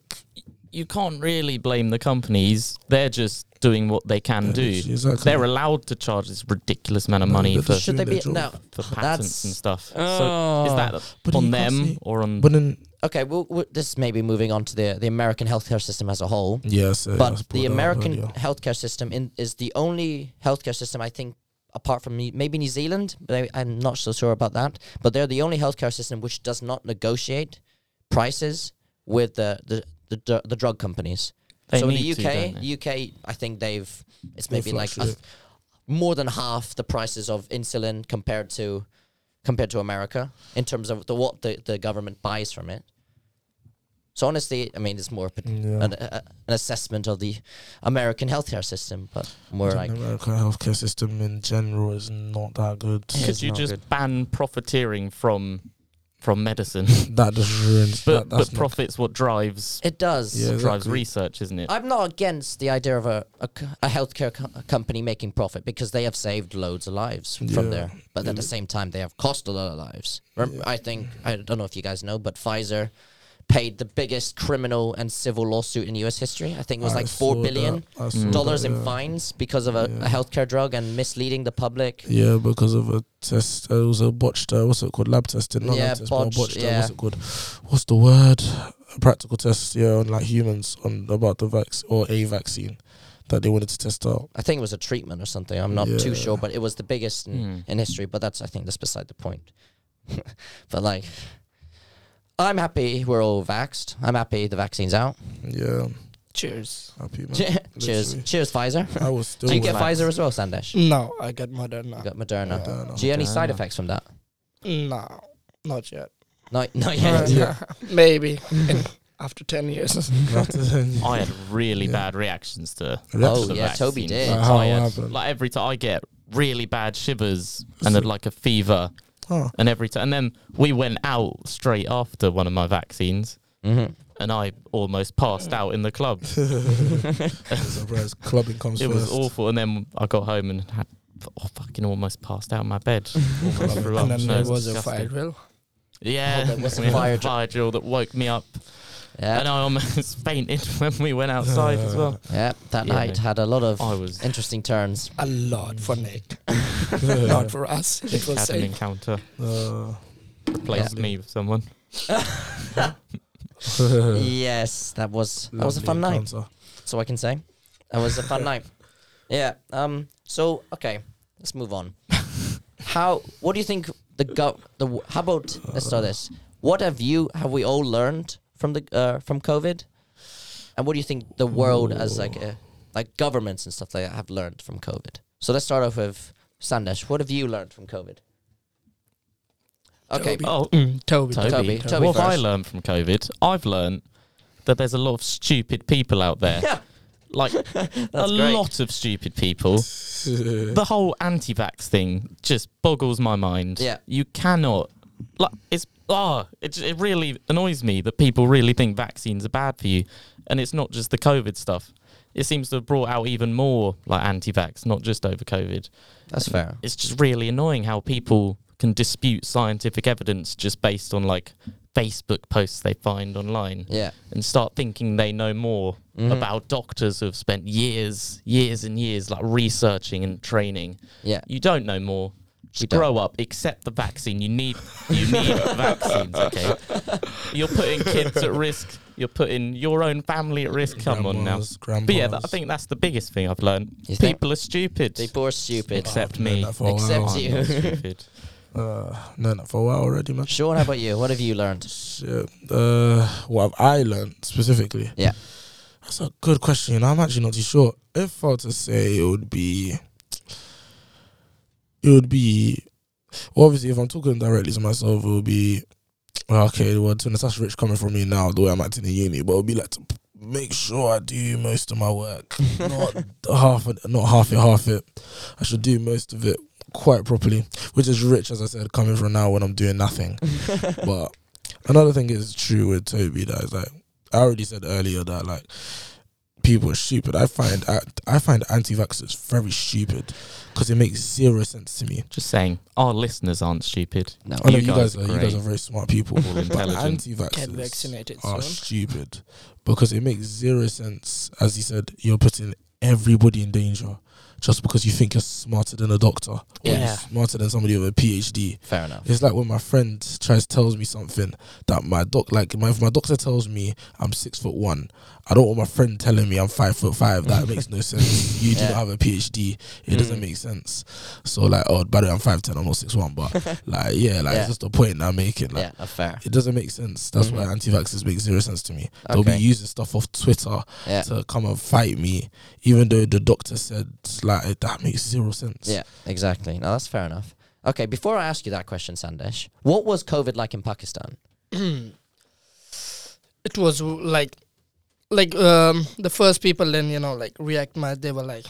S1: you can't really blame the companies. They're just doing what they can
S3: Yeah,
S1: do.
S3: literally, exactly.
S1: They're allowed to charge this ridiculous amount of
S3: No,
S1: money
S3: but
S1: for,
S3: it's
S2: Should they
S3: doing
S2: be
S3: their
S2: now?
S3: job.
S1: for
S2: that's-
S1: patents and stuff. so
S2: Oh.
S1: is that
S3: But
S1: on
S3: you can't
S1: them
S3: see-
S1: or on?
S3: But then,
S2: Okay, well, well, this may be moving on to the the American healthcare system as a whole,
S3: yes,
S2: but the American healthcare system in, is the only healthcare system I think apart from New- maybe New Zealand, but I, I'm not so sure about that. But they're the only healthcare system which does not negotiate prices with the the the, dr- the drug companies.
S1: They
S2: so in the
S1: need
S2: UK,
S1: to, don't they?
S2: UK, I think they've it's
S3: They
S2: maybe like a,
S3: fluctuate.
S2: more than half the prices of insulin compared to compared to America in terms of the what the, the government buys from it. So honestly, I mean, it's more of a-
S3: Yeah.
S2: an, a, an assessment of the American healthcare system, but more
S3: The
S2: like
S3: American healthcare system in general is not that good.
S2: Yeah.
S1: Could
S2: It's
S1: you
S2: not
S1: just
S2: good.
S1: ban profiteering from from medicine?
S3: that just ruins.
S1: but
S3: that, that's
S1: but
S3: not-
S1: profits what drives
S2: it does.
S3: Yeah.
S1: drives
S3: exactly.
S1: research, isn't it?
S2: I'm not against the idea of a, a, co- a healthcare co- a company making profit because they have saved loads of lives
S3: Yeah.
S2: from there. But at
S3: Yeah.
S2: the same time, they have cost a lot of lives. Rem- I think, I don't know if you guys know, but Pfizer paid the biggest criminal and civil lawsuit in US history. I think it was
S3: I
S2: like $4
S3: saw
S2: billion
S3: that. I saw
S2: dollars
S3: that,
S2: in
S3: yeah.
S2: fines because of a,
S3: Yeah.
S2: a healthcare drug and misleading the public.
S3: Yeah, because of a test. uh, It was a botched. Uh, what's it called? Lab testing. Not
S2: Yeah,
S3: lab test, but a
S2: botched,
S3: botched. uh,
S2: yeah.
S3: What's it called? What's the word? A practical test. Yeah, on like humans on about the vaccine or a vaccine that they wanted to test out.
S2: I think it was a treatment or something. I'm not
S3: Yeah.
S2: too sure, but it was the biggest in,
S1: Hmm.
S2: in history. But that's, I think, that's beside the point. but like, I'm happy we're all vaxxed. I'm happy the vaccine's out.
S3: Yeah,
S4: Cheers.
S3: happy man.
S2: Cheers.
S3: Literally.
S2: Cheers, Pfizer.
S3: I was still.
S2: Do you get
S3: with-
S1: Relax.
S2: Pfizer as well, Sandesh?
S4: No, I got Moderna.
S2: You got Moderna.
S3: Moderna.
S2: Do you any side
S1: Moderna.
S2: effects from that?
S4: No, not yet.
S2: No,
S4: Uh,
S2: not yet.
S3: Uh, Yeah.
S4: Maybe in, after 10 years.
S3: After then-
S1: I had really
S3: Yeah.
S1: bad reactions to.
S3: Relax.
S1: to the
S2: yeah,
S1: vaccine.
S2: Toby did.
S1: I'm
S3: Like, how
S1: tired.
S3: happened?
S1: Like every time I get really bad shivers and had like a fever,
S3: Huh.
S1: and every time, and then we went out straight after one of my vaccines,
S2: Mm-hmm.
S1: and I almost passed out in the club.
S3: Surprise. Clubbing comes
S1: It was
S3: first.
S1: awful. And then I got home and had oh, fucking almost passed out in my bed. Almost threw up.
S4: and then
S1: No,
S4: there
S1: it's
S4: was a
S1: disgusting.
S4: fire drill.
S1: Yeah,
S2: Oh, there was a
S1: we had a
S2: fire dri-
S1: fire drill that woke me up, and
S2: Yeah.
S1: I almost fainted when we went outside as well.
S2: Yeah. That
S1: Yeah.
S2: night had a lot of
S1: I was
S2: interesting turns.
S4: A lot for Nick, not for us. It was
S1: had an
S4: safe.
S1: encounter.
S3: Uh,
S1: Replaced
S3: Yeah.
S1: me with someone.
S2: yes, that was that was a
S3: lovely
S2: fun night.
S3: encounter.
S2: so I can say. That was a fun night. Yeah. Um. So okay, let's move on. how? What do you think the gov? The w- how about let's start this. What have you? Have we all learned from the uh, from COVID? And what do you think the world as like a, like governments and stuff like that have learned from COVID? So let's start off with Sandesh. What have you learned from COVID? Okay.
S4: Toby.
S1: Oh,
S4: Mm, Toby.
S1: Toby.
S2: Toby, Toby
S1: what have I
S2: first.
S1: learned from COVID? I've learned that there's a lot of stupid people out there.
S2: Yeah,
S1: Like a
S2: that's great.
S1: lot of stupid people. the whole anti-vax thing just boggles my mind.
S2: Yeah.
S1: you cannot. Like it's ah, it j- it really annoys me that people really think vaccines are bad for you, and it's not just the COVID stuff. It seems to have brought out even more like anti-vax, not just over COVID.
S2: That's fair.
S1: It's just really annoying how people can dispute scientific evidence just based on like Facebook posts they find online
S2: Yeah. Mm-hmm.
S1: and start thinking they know more about doctors who've spent years, years and years like researching and training.
S2: Yeah.
S1: You don't know more. Just
S2: don't.
S1: grow up, accept the vaccine. You need you need vaccines, okay? You're putting kids at risk. You're putting your own family at risk. Come on now.
S3: Grandmas, grandpas.
S1: But yeah, that, I think that's the biggest thing I've learned.
S2: You think-
S1: People are stupid.
S2: People are stupid.
S1: Except
S3: I've known
S1: me.
S3: that for a
S2: Except
S3: while.
S1: I'm
S2: you.
S1: not stupid.
S3: Uh, known that for a while already, man.
S2: Sean, how about you? What have you learned?
S3: Shit. Uh, what have I learned specifically?
S2: Yeah.
S3: That's a good question. I'm actually not too sure. If I were to say it would be, it would be, well, obviously, if I'm talking directly to myself, it would be, well, okay, well, to that's rich coming from me now, the way I'm acting in uni, but it would be like to p- make sure I do most of my work, not half it, not half it, half it. I should do most of it quite properly, which is rich, as I said, coming from now when I'm doing nothing. but another thing is true with Toby that is like, I already said earlier that like people are stupid. I find I, I find anti-vaxxers very stupid because it makes zero sense to me.
S1: Just saying, our listeners aren't stupid.
S2: No.
S3: I know
S1: You
S3: you guys,
S1: guys
S3: are
S1: are
S3: you guys
S1: great.
S3: are very smart people,
S1: All
S3: but
S1: intelligent.
S4: Get
S3: anti-vaxxers
S4: vaccinated
S3: are
S4: soon.
S3: stupid because it makes zero sense. As he said, you're putting everybody in danger. just because you think you're smarter than a doctor or you're
S2: Yeah.
S3: smarter than somebody with a PhD.
S2: Fair enough.
S3: It's like when my friend tries tells me something that my doc like my if my doctor tells me I'm six foot one. I don't want my friend telling me I'm five foot five. That makes no sense. You do
S2: Yeah.
S3: not have a PhD. It doesn't
S4: Mm.
S3: make sense. So like, oh, by the way, I'm five ten. I'm not six one, but like, yeah, like
S2: Yeah.
S3: it's just the point that I'm making. Like,
S2: yeah, uh, fair.
S3: it doesn't make sense. That's
S4: Mhm.
S3: why anti-vaxxers make zero sense to me. They'll be
S2: Okay.
S3: using stuff off Twitter
S2: Yeah.
S3: to come and fight me, even though the doctor said like that makes zero sense.
S2: Yeah, exactly. No, that's fair enough. Okay, before I ask you that question, Sandesh, what was COVID like in Pakistan?
S4: it was w- like like um the first people then you know like react mad they were like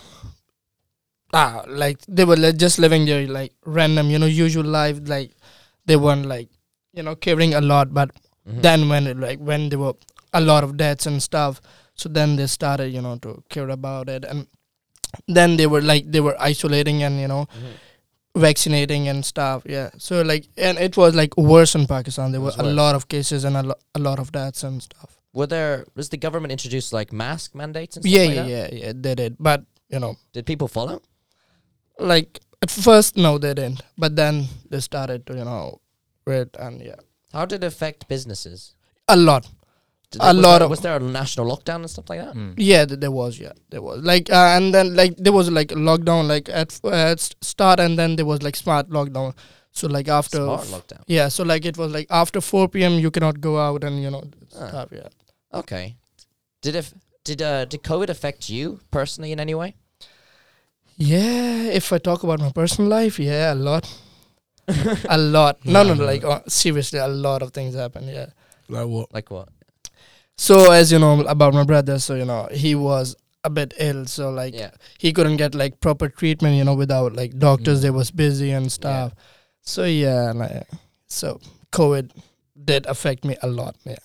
S4: ah like they were like, just living their like random you know usual life like they weren't like you know caring a lot but
S2: Mhm.
S4: then when it, like when there were a lot of deaths and stuff so then they started you know to care about it and then they were like they were isolating and you know
S2: Mhm.
S4: vaccinating and stuff yeah so like and it was like worse in pakistan there
S2: It
S4: were
S2: was
S4: a
S2: worse.
S4: lot of cases and a, lo- a lot of deaths and stuff
S2: Were there was the government introduced like mask mandates and stuff
S4: yeah,
S2: like
S4: yeah,
S2: that?
S4: yeah, yeah, they did. But you know,
S2: Did people follow?
S4: like at first, no, they didn't. But then they started to you know, read and yeah,
S2: How did it affect businesses?
S4: a lot.
S2: Did
S4: A
S2: was
S4: lot
S2: there,
S4: of-
S2: was there a national lockdown and stuff like that?
S1: Mm.
S4: Yeah, th- there was. Yeah, there was. Like uh, and then like there was like lockdown like at f- uh, s- start and then there was like smart lockdown. So like after
S2: Smart
S4: f-
S2: lockdown.
S4: yeah, so like it was like after four p.m. you cannot go out and you know
S2: Ah.
S4: stuff. Yeah.
S2: Okay. Did if did uh did COVID affect you personally in any way?
S4: Yeah, if I talk about my personal life, yeah, a lot, a lot. No, no, no, like uh, seriously, a lot of things happen. Yeah.
S3: Like what?
S2: Like what?
S4: So as you know about my brother, so you know he was a bit ill, so like
S2: yeah.
S4: he couldn't get like proper treatment, you know, without like doctors.
S2: Mm.
S4: They was busy and stuff. So yeah, and I, so COVID did affect me a lot. Yeah,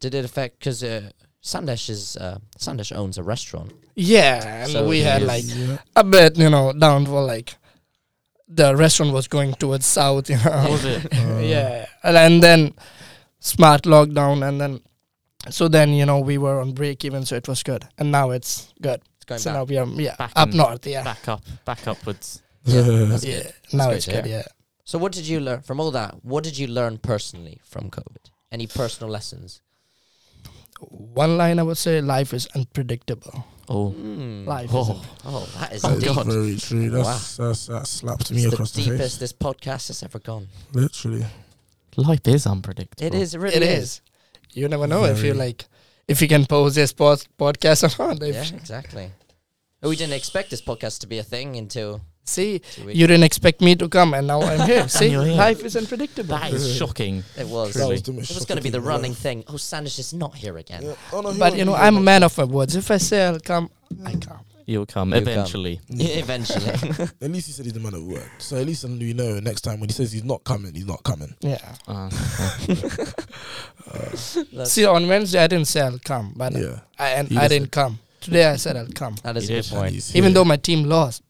S2: Did it affect because uh, Sandesh is uh, Sandesh owns a restaurant.
S4: yeah, and
S2: So
S4: we had
S2: it
S4: like
S2: is-
S3: Yeah.
S4: a bit, you know, downfall. Like the restaurant was going towards south, you know.
S1: was it?
S3: Uh,
S4: yeah and, and then smart lockdown and then so then you know we were on break even so it was good and now it's good
S2: It's going
S4: so
S2: back.
S4: now we are yeah
S1: Back
S4: up
S1: in-
S4: north yeah
S1: Back up, back upwards.
S2: Yeah, that's
S4: yeah
S2: good.
S4: now
S2: great
S4: it's
S2: to
S4: good yeah
S2: So what did you learn from all that? What did you learn personally from COVID? Any personal lessons?
S4: one line i would say life is unpredictable
S1: Oh,
S2: Mm.
S4: life is
S1: oh,
S4: un-
S2: Oh, that is
S1: Oh,
S3: That's
S2: deep.
S1: God.
S3: very true. That's, that's that slapped me
S2: It's
S3: across
S2: the
S3: the,
S2: deepest
S3: face.
S2: this podcast has ever gone.
S3: Literally.
S1: life is unpredictable.
S2: It is. It really
S4: it
S2: is.
S4: is you never know if you
S3: Very.
S4: like if you can pose this pod- podcast or not if
S2: Yeah, exactly. We didn't expect this podcast to be a thing until
S4: see
S2: two weeks.
S4: you didn't expect me to come and now i'm here see
S1: you're here.
S4: life is unpredictable
S1: That is shocking.
S2: it was.
S1: Truly.
S2: It was going to be the running thing. Oh, Sandesh is not here again.
S4: but you know i'm a man of my words if i say i'll come i come
S1: You'll come
S2: You'll come.
S1: eventually.
S2: Eventually.
S3: At least he said he's a man of word. So at least we know next time when he says he's not coming, he's not coming.
S4: yeah
S1: Uh,
S2: That's-
S4: See, on Wednesday I didn't say I'll come, but
S3: Yeah.
S4: I and
S3: He
S4: I
S3: doesn't.
S4: didn't come. Today I said I'll come,
S2: that is
S1: It
S2: a good
S1: is.
S2: point.
S4: even though my team lost.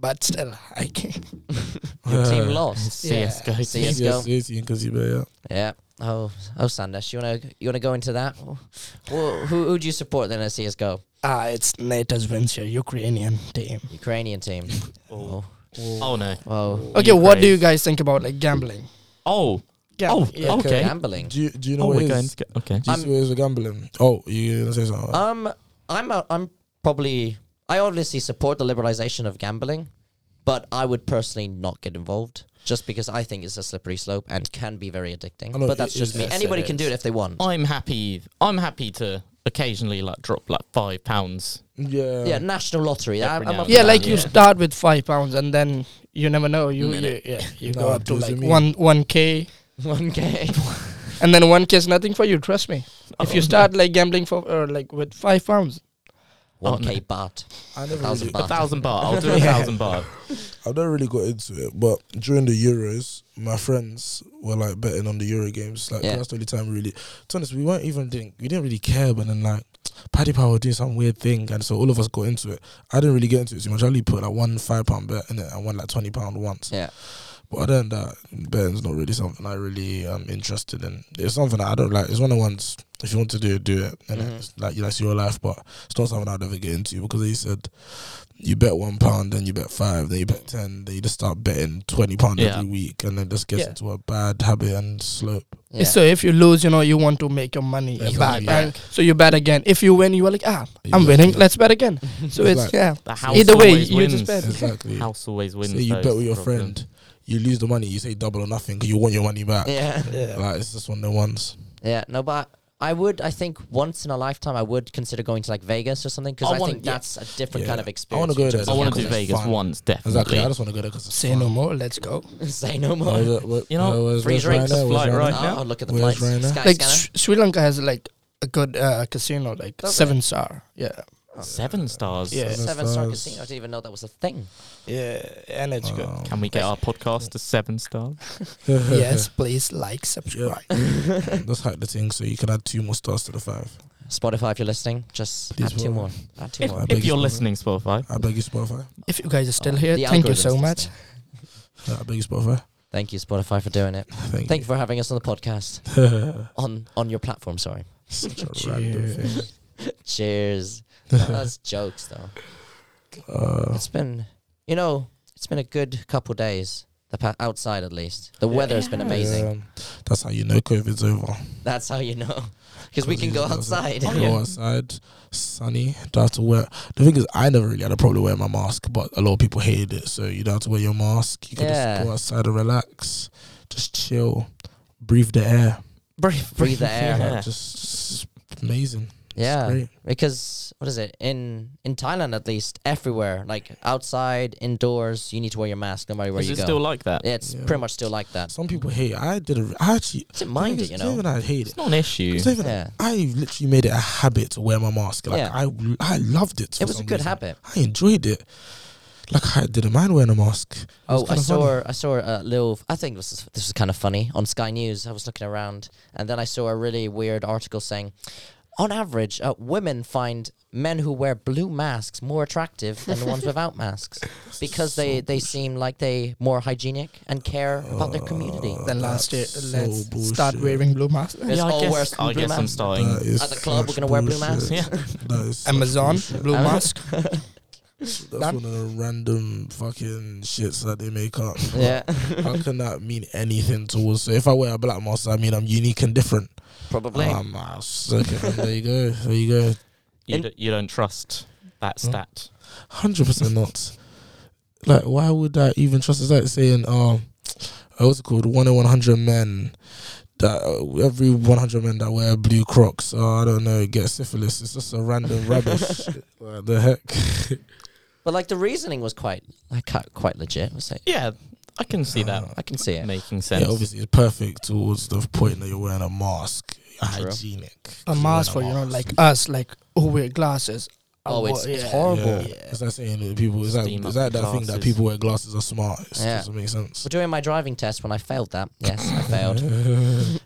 S4: But still, I came.
S2: Your team lost.
S4: Yeah.
S1: CS:GO.
S2: See ya.
S1: CS:GO.
S2: go.
S3: CSGO.
S2: Yeah. Oh, oh, Sandesh, you wanna you wanna go into that? Who who, who do you support then at CS:GO?
S4: Ah, it's NATO's Venture Ukrainian team.
S2: Ukrainian team. Oh,
S1: Oh no.
S2: oh,
S4: Okay, what do
S1: Ukraine.
S4: you guys think about like gambling?
S1: Oh,
S4: Gam-
S1: oh,
S4: yeah.
S1: okay.
S2: gambling.
S3: Do you, do you know
S1: Oh,
S3: what
S1: we're
S3: it
S1: going.
S3: is?
S1: To go. Okay.
S3: Do you see what it is with gambling? Oh, you going to say something?
S2: Um, I'm a, I'm probably I obviously support the liberalization of gambling, but I would personally not get involved just because I think it's a slippery slope and can be very addicting.
S3: I know,
S2: But that's
S3: it
S2: just
S3: is.
S2: me.
S3: Yes,
S2: Anybody
S3: it
S2: can do
S3: is.
S2: it if they want.
S1: I'm happy. I'm happy to occasionally like drop like five pounds.
S3: yeah.
S2: Yeah, national lottery. I,
S1: Every
S2: I'm
S1: now and
S2: up for
S4: Yeah,
S1: then.
S2: that.
S4: like you
S1: Yeah.
S4: start with five pounds and then you never know. You, you
S1: Minute.
S4: yeah, you
S3: No,
S4: go up to
S3: it doesn't
S4: like
S3: mean-
S4: one one k,
S2: one game.
S4: and then one k is nothing for you. Trust me. If you
S1: Oh.
S4: start like gambling for or like with five pounds,
S1: Oh,
S2: One K baht.
S3: I never
S2: Thousand
S3: really,
S2: baht.
S1: a thousand baht, I'll do a thousand baht.
S3: I've never really got into it, but during the Euros, my friends were like betting on the Euro games. Like
S2: Yeah.
S3: that's the only time really. To be honest, we weren't even didn't we didn't really care. But then like Paddy Power were doing some weird thing, and so all of us got into it. I didn't really get into it too much. I only put like one five pound bet in it and won like twenty pound once.
S2: Yeah.
S3: But other than that, Ben's not really something I really am interested in. It's something that I don't like. It's one of the ones if you want to do it, do it. And
S1: Mm-hmm.
S2: Mhm.
S3: it's like you know, it's your life, but it's not something I'd ever get into because he said you bet one pound, then you bet five, then you bet ten, then you just start betting twenty pound
S1: Yeah.
S3: every week, and then just gets
S4: Yeah.
S3: into a bad habit and slope.
S2: Yeah.
S4: So if you lose, you know you want to make your money
S3: Make
S4: back,
S3: money
S4: and so you bet again. If you win, you are like, ah, I'm
S3: Exactly.
S4: winning. Let's bet again. So
S3: It's
S4: it's,
S3: like-
S4: yeah,
S1: The house
S4: Either way,
S1: always
S4: you
S1: wins.
S4: just bet.
S3: Exactly.
S1: House always wins.
S3: So you
S1: though, is
S3: bet with
S1: the
S3: your
S1: problem.
S3: friend, you lose the money, you say double or nothing 'cause you want your money back.
S2: yeah.
S3: Like it's just one of the ones.
S2: Yeah, no, but I would. I think once in a lifetime, I would consider going to like Vegas or something because
S1: I
S2: I,
S1: wanna-
S2: think
S1: yeah.
S2: that's a different kind
S3: Yeah.
S2: of
S3: I
S2: experience.
S3: want to go
S2: in
S3: there.
S2: terms
S1: I
S2: of
S1: want to
S2: how
S1: do
S3: It's
S1: Vegas
S3: fun.
S1: once, definitely.
S3: Exactly. I just want to go there because it's
S4: say
S3: fun.
S4: no more. Let's go.
S2: Say no
S3: Oh, is
S2: more.
S3: it- what-
S1: You know,
S3: oh, where's-
S2: free
S3: where's
S2: drinks,
S3: Ryanair? Where's
S1: flight right
S3: Ryanair?
S1: now.
S2: oh, look at the
S3: Where's
S2: flights.
S3: Ryanair?
S2: Sky
S4: Like
S2: scanner.
S4: Sh- Sri Lanka has like a good uh, casino, like
S2: Does it?
S4: seven star. Yeah,
S1: Seven stars.
S4: Yeah.
S2: Seven Star
S3: Stars.
S2: Casino. I didn't even know that was a thing.
S4: yeah, and it's good.
S3: Wow.
S1: Can we get our podcast to seven stars?
S4: yes, please like, subscribe.
S3: Let's hack the thing so you can add two more stars to the five.
S2: Spotify, if you're listening, just
S3: Please
S2: add two
S3: follow.
S2: more. Add two
S1: If,
S2: more.
S3: beg
S1: if
S3: your
S1: you're
S3: pardon.
S1: listening, Spotify.
S3: I beg you, Spotify.
S4: If you guys are still
S2: Oh,
S4: here,
S2: the
S4: thank you
S2: algorithm's
S4: so
S2: listening.
S4: much.
S3: Yeah, I beg you, Spotify.
S2: Thank you, Spotify, for doing it.
S3: Thank,
S2: Thank you for having us on the podcast on on your platform. Sorry.
S3: Such a random thing.
S2: Cheers. No, that's jokes though.
S3: Uh,
S2: It's been, you know, it's been a good couple days. The pa- outside, at least, the weather has been amazing.
S3: yeah, that's how you know COVID's over.
S2: That's how you know, because we
S3: 'Cause
S2: can
S3: you
S2: go
S3: just-
S2: outside.
S3: Go outside, sunny. Don't have to wear. The thing is, I never really had a problem wearing my mask, but a lot of people hated it. So you don't have to wear your mask. You can
S2: Yeah.
S3: just go outside and relax, just chill, breathe the air.
S1: Breathe,
S2: Breathe the air.
S3: Like,
S1: Yeah.
S3: just, just amazing. It's
S2: Yeah,
S3: great.
S2: because what is it in in Thailand at least? Everywhere, like outside, indoors, you need to wear your mask no matter where
S1: Is
S2: you
S1: it
S2: go.
S1: still like that?
S2: yeah, it's
S3: Yeah.
S2: pretty much still like that.
S3: Some people hate. it. I did. A, I actually
S2: Don't mind it, you
S3: it's not
S2: know.
S3: Even I hate it.
S1: It's not an issue.
S3: It's not even-
S2: Yeah,
S3: I literally made it a habit to wear my mask. Like
S2: Yeah.
S3: I, I loved it. for
S2: it was a
S3: some
S2: good
S3: reason.
S2: habit.
S3: I enjoyed it. Like I didn't mind wearing a mask. It was
S2: Oh, I
S3: kinda
S2: saw
S3: funny.
S2: I saw a uh, little. I think this is this is kind of funny on Sky News. I was looking around, and then I saw a really weird article saying, on average, uh, women find men who wear blue masks more attractive than the ones without masks because they they seem like they more hygienic and care about their community.
S3: Uh,
S4: Then last year,
S3: that's
S4: let's
S3: so
S4: start
S3: bullshit.
S4: wearing blue masks.
S2: It's
S1: yeah, I
S2: all
S1: guess,
S2: worse than
S1: I
S2: blue
S1: guess I'm
S2: masks.
S1: starting.
S3: That is
S2: At the club,
S3: such
S2: we're gonna wear blue
S3: bullshit.
S1: masks.
S3: That is such
S4: Amazon
S3: bullshit.
S4: blue
S2: Am-
S4: mask.
S3: That's one of the random fucking shits that they make up.
S2: yeah,
S3: How can that mean anything towards? So if I wear a black mask, I mean I'm unique and different.
S2: probably.
S1: Oh,
S3: Um, ah, s- okay, there you go. There you go.
S1: You,
S2: In-
S1: d- you don't trust that
S3: Huh?
S1: stat.
S3: Hundred percent not. Like, why would I even trust? It's like saying, um, uh, what's it called? One in one hundred men. That uh, every one hundred men that wear blue Crocs, uh, I don't know, get syphilis. It's just a random rubbish. What the heck?
S2: but like the reasoning was quite like ca- quite legit. Was it?
S1: Yeah, I can see that
S2: I can see it.
S1: making
S3: yeah,
S1: sense.
S3: obviously it's perfect towards the point that you're wearing a mask. Hygienic.
S4: a
S3: You're
S4: mask for
S3: wearing
S4: you
S3: a
S4: know
S3: mask.
S4: like us like who wear glasses
S2: Oh,
S4: Uh,
S2: it's,
S4: wha-
S2: it's
S4: yeah.
S2: horrible.
S3: Yeah. It's like saying that people. It's like,
S1: Steam
S3: it's
S1: up
S3: like that thing that
S1: glasses.
S3: people wear glasses are smart. It
S2: Yeah.
S3: doesn't make sense.
S2: Well, during my driving test, when I failed that, yes, I failed.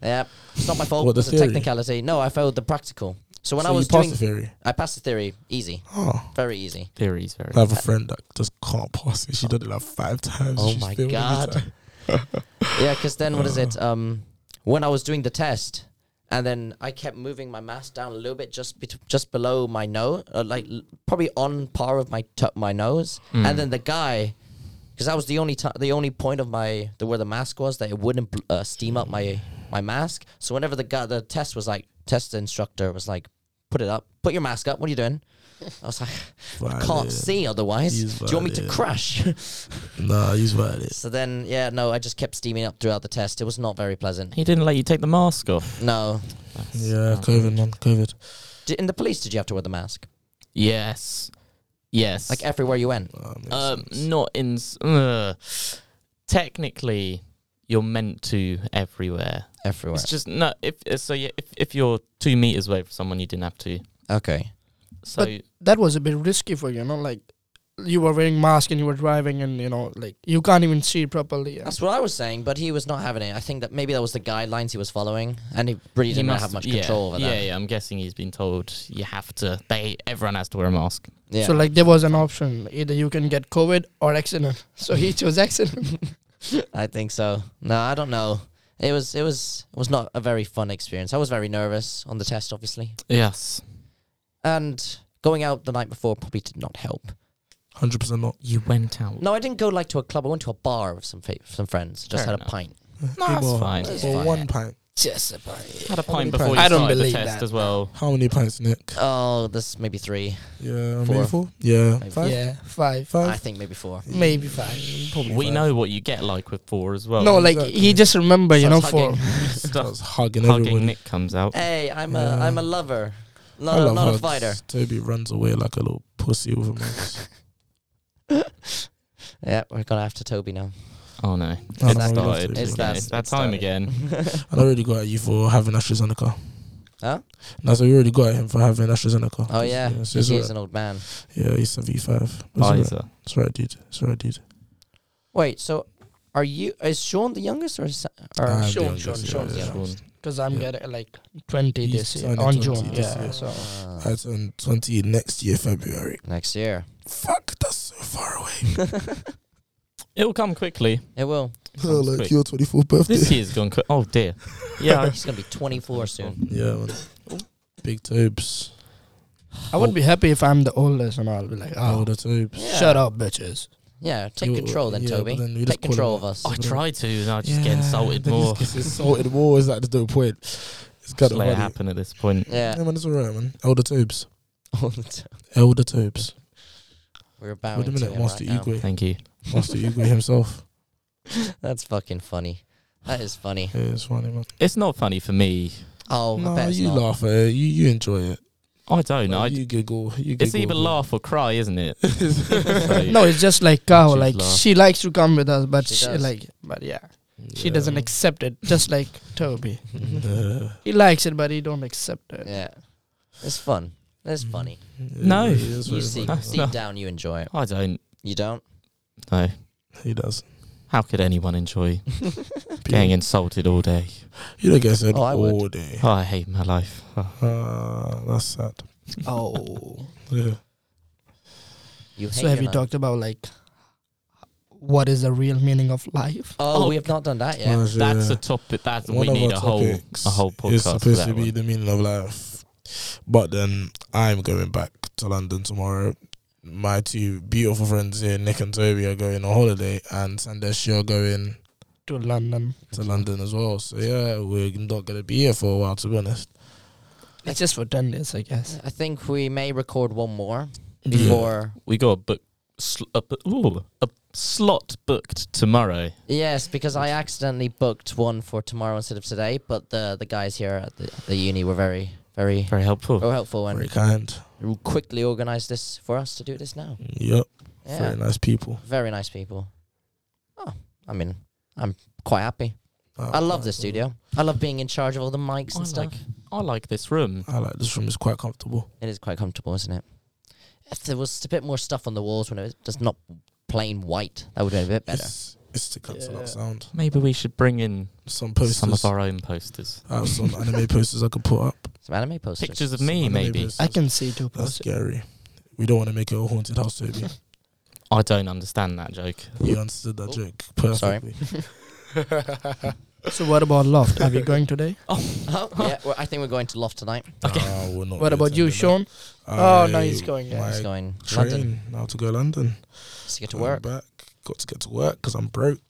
S2: Yeah, it's not my fault.
S3: What, the
S2: it's a
S3: theory?
S2: technicality. No, I failed the practical. So when
S3: So
S2: I
S3: you
S2: was
S3: passed
S2: doing,
S3: the theory.
S2: I passed the theory easy,
S3: Oh.
S2: very easy.
S1: Theory's very.
S3: I have a friend that just can't pass it. She done it like five times.
S2: Oh
S3: She's
S2: my
S3: failed every
S2: God.
S3: time.
S2: Yeah, because then what is it? Um, when I was doing the test, and then I kept moving my mask down a little bit, just bet- just below my nose, uh, like l- probably on par of my t- my nose,
S1: Mm. Hmm.
S2: and then the guy. Because that was the only time, the only point of my the where the mask was that it wouldn't bl- uh, steam up my my mask. So whenever the guy, the test was like, test instructor was like, put it up, put your mask up. What are you doing? I was like, I can't
S3: Violent.
S2: see otherwise.
S3: He's
S2: Do you want me to
S3: violent.
S2: crash?
S3: Nah, he's valid.
S2: so then, yeah, no, I just kept steaming up throughout the test. It was not very pleasant.
S1: He didn't let you take the mask off.
S2: No.
S3: Yeah, COVID, man, COVID.
S2: D in the police, did you have to wear the mask?
S1: Yes. Yes.
S2: Like everywhere you went.
S3: Nah, makes
S1: Um,
S3: sense.
S1: not in. s- Ugh. Technically, you're meant to everywhere.
S2: Everywhere.
S1: It's just no. If uh, so, yeah, if if you're two meters away from someone, you didn't have to.
S2: Okay.
S1: So
S4: that was a bit risky for you you know like you were wearing mask and you were driving and you know like you can't even see properly and
S2: That's what I was saying, but he was not having it. I think that maybe that was the guidelines he was following, and he really didn't have much
S1: yeah,
S2: control over
S1: yeah,
S2: that.
S1: yeah. I'm guessing he's been told you have to. They everyone has to wear a mask.
S2: Yeah.
S4: so like there was an option either you can get covid or accident so he chose accident
S2: I think so. No, I don't know. It was it was it was not a very fun experience. I was very nervous on the test, obviously,
S1: Yes.
S2: and going out the night before probably did not help.
S3: Hundred percent not.
S1: You went out.
S2: No, I didn't go like to a club. I went to a bar with some fa- some friends. Just
S1: Fair
S2: had a
S1: enough.
S2: pint.
S1: No, that's
S3: People-
S1: fine.
S2: It's
S3: For
S2: fine.
S3: one pint.
S4: Just a party.
S1: Had a pint
S3: many
S1: before you
S3: pints?
S4: I don't
S1: started the
S4: believe
S1: test
S4: that.
S1: as well.
S3: How many pints, Nick?
S2: Oh, this maybe three.
S3: Yeah,
S2: Four.
S3: maybe four. Yeah,
S2: Maybe.
S3: five.
S4: Yeah, five,
S2: I
S3: Five.
S2: think maybe four.
S4: maybe five.
S3: Probably
S1: We
S3: five.
S1: know what you get like with four as well.
S4: no, like
S3: Oh, exactly.
S4: he just remember, you know,
S2: Starts
S4: for
S2: hugging.
S3: I
S1: stuff
S3: was hugging,
S1: hugging
S3: everyone.
S1: Nick comes out.
S2: Hey, I'm a
S3: Yeah.
S2: I'm a lover,
S3: I
S2: not a,
S3: love
S2: not a
S3: hugs.
S2: fighter.
S3: Toby runs away like a little pussy with him.
S2: Yeah, we're gonna have to Toby now.
S1: Oh no.
S3: I
S1: It
S3: don't know, we love
S1: started.
S3: Toby.
S1: It's,
S2: It's that-
S1: that
S2: it's
S1: time
S2: that.
S1: again.
S3: And I already got at you for having AstraZeneca.
S2: Huh?
S3: No, so we already got at him for having AstraZeneca.
S2: Oh yeah,
S3: so it's
S2: he's
S3: alright.
S2: an old man.
S3: yeah, he's
S2: Oh,
S3: 75. It's alright.
S1: Pfizer.
S3: It's alright, dude. It's alright, dude.
S2: Wait, so are you? Is Sean the youngest or? Is, or
S3: I'm the
S4: Sean,
S3: youngest,
S4: Sean,
S3: yeah,
S4: Sean's
S3: yeah.
S4: the youngest.
S1: Sean.
S4: because I'm
S3: Yeah.
S4: getting like 20
S3: He's
S4: this year
S3: turning
S4: on
S3: 20
S4: June.
S3: this
S4: Yeah,
S3: year.
S4: so
S2: Uh,
S3: I turn 20 next year, February.
S2: next year.
S3: Fuck, that's so far away.
S1: It'll come quickly.
S2: It will.
S3: oh,
S1: Sounds
S3: like
S1: quick.
S3: your 24th birthday.
S1: This year's gone quick. Oh dear. Yeah.
S2: He's gonna be 24 soon.
S3: Yeah, man. Big tubes.
S4: I would be happy if I'm the oldest, and I'll be like,
S3: Oh.
S4: oh,
S3: Older tubes.
S2: Yeah.
S4: shut up, bitches.
S2: Yeah, Ah. take
S3: You-
S2: control then,
S3: yeah,
S2: Toby.
S3: but then we just
S2: take
S3: call
S2: control
S3: him-
S2: of us.
S1: I try to, and I just
S3: Yeah,
S1: get insulted
S3: then he
S1: more.
S3: just gets insulted more. Is that the no point? It's got
S1: Just
S3: to
S1: let it happen at this point.
S2: Yeah.
S3: Yeah, man, it's alright, man. Elder tubes.
S2: All the time.
S3: Elder tubes.
S2: We're bowing
S3: Wait a
S2: to
S3: minute,
S2: him
S3: Master
S2: right
S3: Igwe.
S1: Thank you.
S3: Master Igwe himself.
S2: now. That's fucking funny. That is funny.
S3: Yeah, it's funny, man.
S1: It's not funny for me.
S2: Oh, I
S3: no,
S2: bet it's
S3: you
S2: not.
S3: laugh at it. You, you enjoy it.
S1: I don't know.
S3: Like,
S1: I-
S3: you giggle. You giggle.
S1: It's either laugh or cry, isn't it? So-
S4: No, it's just like cow.
S1: She's
S4: like
S1: laugh.
S4: she likes to come with us, but
S2: She
S4: she,
S2: does.
S4: like, but yeah, she
S3: Yeah.
S4: doesn't accept it. Just like Toby,
S3: Yeah.
S4: he likes it, but he don't accept it.
S2: Yeah. It's fun. It's
S3: Mm.
S2: funny.
S1: No.
S3: Yeah, it's
S2: You
S3: very
S2: see,
S3: funny.
S1: That's
S2: deep
S1: not-
S2: down, you enjoy it.
S1: I don't
S2: You don't?
S1: know.
S3: He does.
S1: How could anyone enjoy getting insulted all day?
S3: You don't get said
S2: Oh, I would.
S3: all day.
S1: Oh, I hate my life. Oh.
S3: Ah, that's sad.
S4: Oh,
S3: Yeah.
S2: You hate
S4: so have
S2: your
S4: you
S2: life.
S4: talked about like what is the real meaning of life?
S2: Oh,
S1: Oh,
S2: we have not done that yet.
S3: Man,
S1: That's
S3: yeah.
S1: a topic. That's
S3: uh, One
S1: we
S3: of
S1: need
S3: our
S1: a whole
S3: topics
S1: a whole
S3: It's
S1: podcast. for
S3: supposed
S1: that
S3: to be
S1: one.
S3: the meaning of life. But then I'm going back to London tomorrow. My two beautiful friends here, Nick and Toby, are going on holiday, and Sandesh, you're going
S4: To London,
S3: to London as well. So yeah, we're not going to be here for a while, to be honest.
S4: it's just for ten days, I guess.
S2: I think we may record one more
S3: Yeah.
S2: before.
S1: we got a book sl- a, bu- ooh, a slot booked tomorrow.
S2: Yes, because I accidentally booked one for tomorrow instead of today. But the the guys here at the, the uni were very very
S1: Very helpful.
S2: were helpful and
S3: Very kind.
S2: quickly organised this for us to do this now.
S3: Yep.
S2: Yeah,
S3: Very nice people.
S2: very nice people. Oh, I mean, I'm quite happy.
S3: Uh,
S2: I love the studio. I love being in charge of all the mics
S1: I
S2: and stuff.
S1: like, I like this room.
S3: I like this room. It's quite comfortable.
S2: It is quite comfortable, isn't it? If there was a bit more stuff on the walls when it was just not plain white, that would have been a bit better.
S3: It's, it's to cancel
S4: Yeah.
S3: out sound.
S1: Maybe we should bring in
S3: Some posters.
S1: some of our own posters,
S3: I have some anime posters I could put up.
S2: Some anime posters.
S1: pictures of
S3: Some
S1: me.
S3: anime
S1: Maybe
S3: posters.
S4: I can see two
S3: That's
S4: plus.
S3: scary. We don't want to make it a haunted house, Toby.
S1: I don't understand that joke.
S3: You understood that joke perfectly.
S4: So what about loft? Are we going today?
S2: Oh, yeah, well, I think we're going to loft tonight.
S3: Nah, we're not
S4: What
S3: be
S4: about you,
S3: attending
S4: Sean?
S3: that.
S4: Oh, no,
S3: I-
S4: he's going, yeah,
S3: my
S2: He's going to
S3: train
S2: London
S3: now to go London.
S2: just to get to
S3: I'm
S2: work.
S3: back. Got to get to work because I'm broke.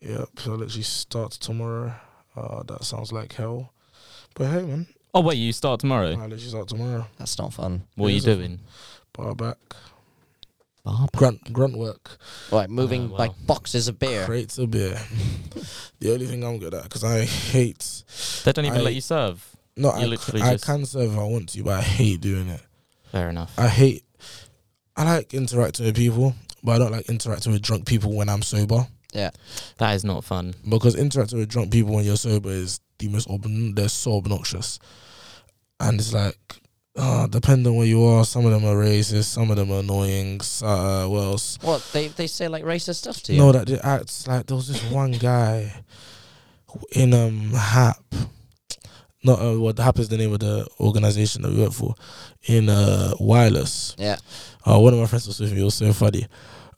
S3: yep. So I literally start tomorrow. Uh, that sounds like hell. But hey, man,
S1: Oh wait, you start
S3: I
S1: tomorrow.
S3: literally start tomorrow.
S2: That's not fun.
S1: What are you
S3: Yes, of-
S1: doing?
S3: Bar back.
S1: Barbara.
S3: Grunt grunt work.
S2: Right, moving
S1: Oh, wow.
S2: like boxes of beer.
S3: Crates of beer. the only thing I'm good at because I hate.
S1: They don't even
S3: I-
S1: let you serve.
S3: No,
S1: You
S3: I, c-
S1: literally
S3: I
S1: just-
S3: can serve if I want to, but I hate doing it.
S1: Fair enough.
S3: I hate. I like interacting with people, but I don't like interacting with drunk people when I'm sober.
S1: That is not fun.
S3: Because interacting with drunk people when you're sober is the most obn- they're so obnoxious, and it's like, uh, depending on where you are, some of them are racist, some of them are annoying. s- Uh, what else?
S2: What they they say like racist stuff to you?
S3: No, that they act like there was this one guy in um HAP. Not uh, what HAP is the name of the organization that we work for in uh wireless.
S2: Yeah.
S3: Uh, one of my friends was with me. It was so funny.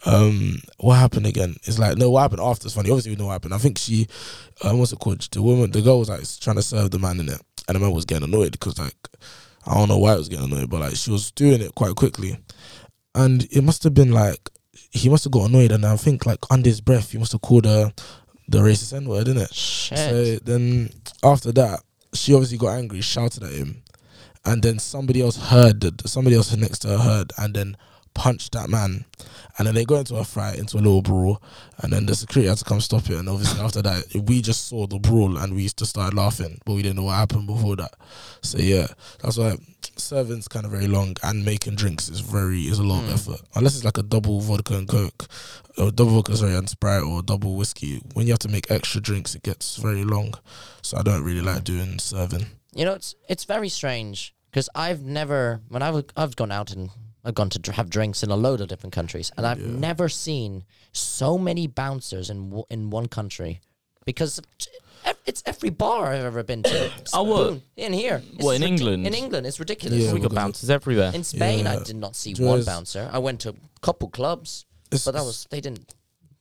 S3: um, what happened again? It's like no, what happened after? It's funny. Obviously, we know what happened. I think she, um, what's it called? The woman, the girl was like trying to serve the man in it, and the man was getting annoyed because like I don't know why I was getting annoyed, but like she was doing it quite quickly, and it must have been like he must have got annoyed, and I think like under his breath he must have called her the racist n word, didn't it?
S2: Shit.
S3: So then after that, she obviously got angry, shouted at him, and then somebody else heard that somebody else next to her heard and then punched that man. And then they got into a fight, into a little brawl, and then the security had to come stop it. And obviously after that, we just saw the brawl and we used to start laughing, but we didn't know what happened before that. So yeah, that's why serving's kind of very long and making drinks is very is a lot
S2: Hmm.
S3: of effort. Unless it's like a double vodka and coke, or double vodka sorry and sprite or double whiskey. When you have to make extra drinks, it gets very long. So I don't really like doing serving.
S2: You know, it's it's very strange because I've never when I've I've gone out and I've gone to dr- have drinks in a load of different countries, and I've never seen so many bouncers in w- in one country because. t- ev- It's every bar I've ever been to.
S1: Oh, what?
S2: Spoon, In here. It's
S1: What, in
S2: ridic-
S1: England?
S2: In England, it's ridiculous.
S3: Yeah,
S1: we got
S3: because
S1: bouncers everywhere.
S2: In Spain, I
S3: Yeah.
S2: did not see
S3: Do you
S2: one
S3: guys-
S2: bouncer. I went to a couple clubs,
S3: It's-
S2: but that
S3: it's-
S2: was they didn't.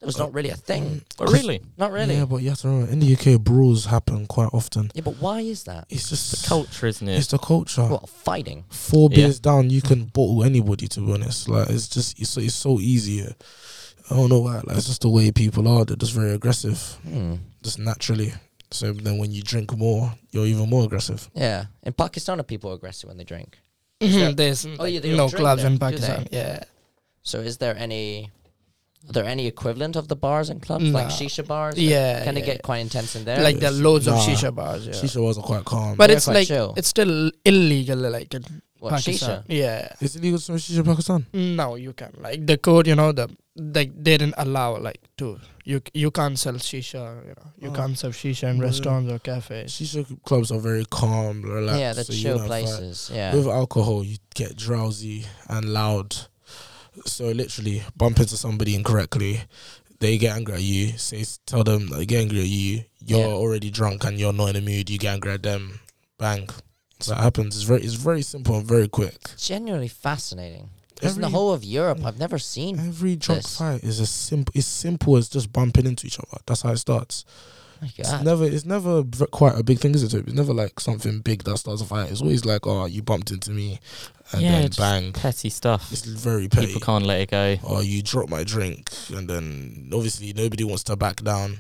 S2: It was not really a thing.
S1: But really,
S2: Not really. Yeah,
S3: Mm. Yeah, but you have to remember in the UK, brawls happen quite often.
S2: but why is that?
S3: It's just
S1: the culture, isn't it?
S3: It's the culture.
S2: What fighting?
S3: Four
S1: Yeah.
S3: beers down, you can bottle anybody. To be honest, like it's just it's, so- it's so easy. here. I don't know why. Like it's just the way people are. They're just very aggressive,
S2: Hmm.
S3: just naturally. So then when you drink more, you're even more aggressive.
S2: Yeah, in Pakistan, are people aggressive when they drink?
S4: There's
S2: Oh, yeah, they don't
S4: no
S2: drink
S4: clubs
S2: there,
S4: in
S2: do they?
S4: Pakistan. Yeah.
S2: So is there any are there any equivalent of the bars and clubs? Like
S4: No.
S2: shisha bars?
S4: Yeah.
S2: Can
S4: yeah.
S2: it get quite intense in there?
S4: like there are loads of
S3: Nah.
S4: shisha bars, yeah.
S3: Shisha was quite calm.
S4: But
S2: They're
S4: it's
S2: quite
S4: like
S2: chill.
S4: it's still illegal, like in
S2: what,
S4: Pakistan.
S2: shisha?
S4: Yeah.
S3: is it legal to smoke shisha in Pakistan?
S4: No, you can like the code. You know the like they didn't allow like to you you can't sell shisha. You know you
S3: Oh.
S4: can't sell shisha in
S2: Mm.
S3: Well,
S4: restaurants or cafes.
S3: Shisha clubs are very calm, relaxed.
S2: yeah, they're
S3: so you
S2: chill
S3: don't fight.
S2: places. Yeah.
S3: With alcohol, you get drowsy and loud. So literally, bump into somebody incorrectly, they get angry at you. Say, s- tell them they get angry at you. You're
S2: Yeah.
S3: already drunk and you're not in the mood. You get angry at them. Bang. So that happens. It's very, it's very simple and very quick.
S2: Genuinely fascinating. 'Cause in the
S3: Every-
S2: whole of Europe, I've never seen.
S3: Every drunk
S2: Yes.
S3: fight is as simple. It's simple as just bumping into each other. That's how it starts.
S2: My
S3: It's
S2: God.
S3: never, it's never v- quite a big thing, is it? Toby? It's never like something big that starts a fight. It's always like, oh, you bumped into me, and
S1: Yeah,
S3: then
S1: just
S3: bang.
S1: Petty stuff.
S3: It's very petty.
S1: People can't let it go.
S3: or you drop my drink and then obviously nobody wants to back down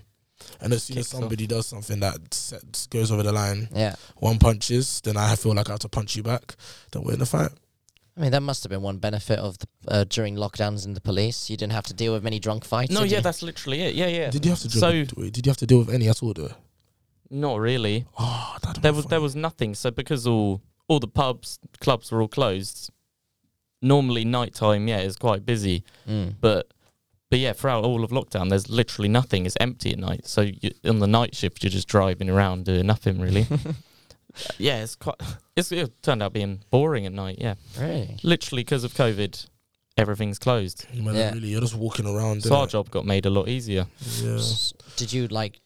S3: and as soon as
S1: Kicks off.
S3: somebody does something that sets, goes over the line
S2: Yeah.
S3: one punches then i feel like i have to punch you back then we're in the fight
S2: I mean, that must have been one benefit of the uh, during lockdowns in the police. You didn't have to deal with many drunk fights.
S1: No,
S2: did
S1: yeah,
S2: you?
S1: that's literally it. Yeah, yeah.
S3: did you have to deal
S1: So-
S3: with, wait, did you have to deal with any at all though
S1: Not really.
S3: oh that
S1: There was there was nothing. So because all all the pubs clubs were all closed. Normally nighttime, yeah, is quite busy.
S2: Mm.
S1: But but yeah, throughout all of lockdown, there's literally nothing. It's empty at night. So you, on the night shift, you're just driving around doing nothing really. yeah, it's quite. It's, it turned out being boring at night. Yeah,
S2: Really?
S1: literally because of COVID, everything's closed.
S3: you man,
S2: yeah.
S3: really you're just walking around
S1: So our
S3: innit?
S1: job got made a lot easier.
S3: yeah
S2: S- Did you like?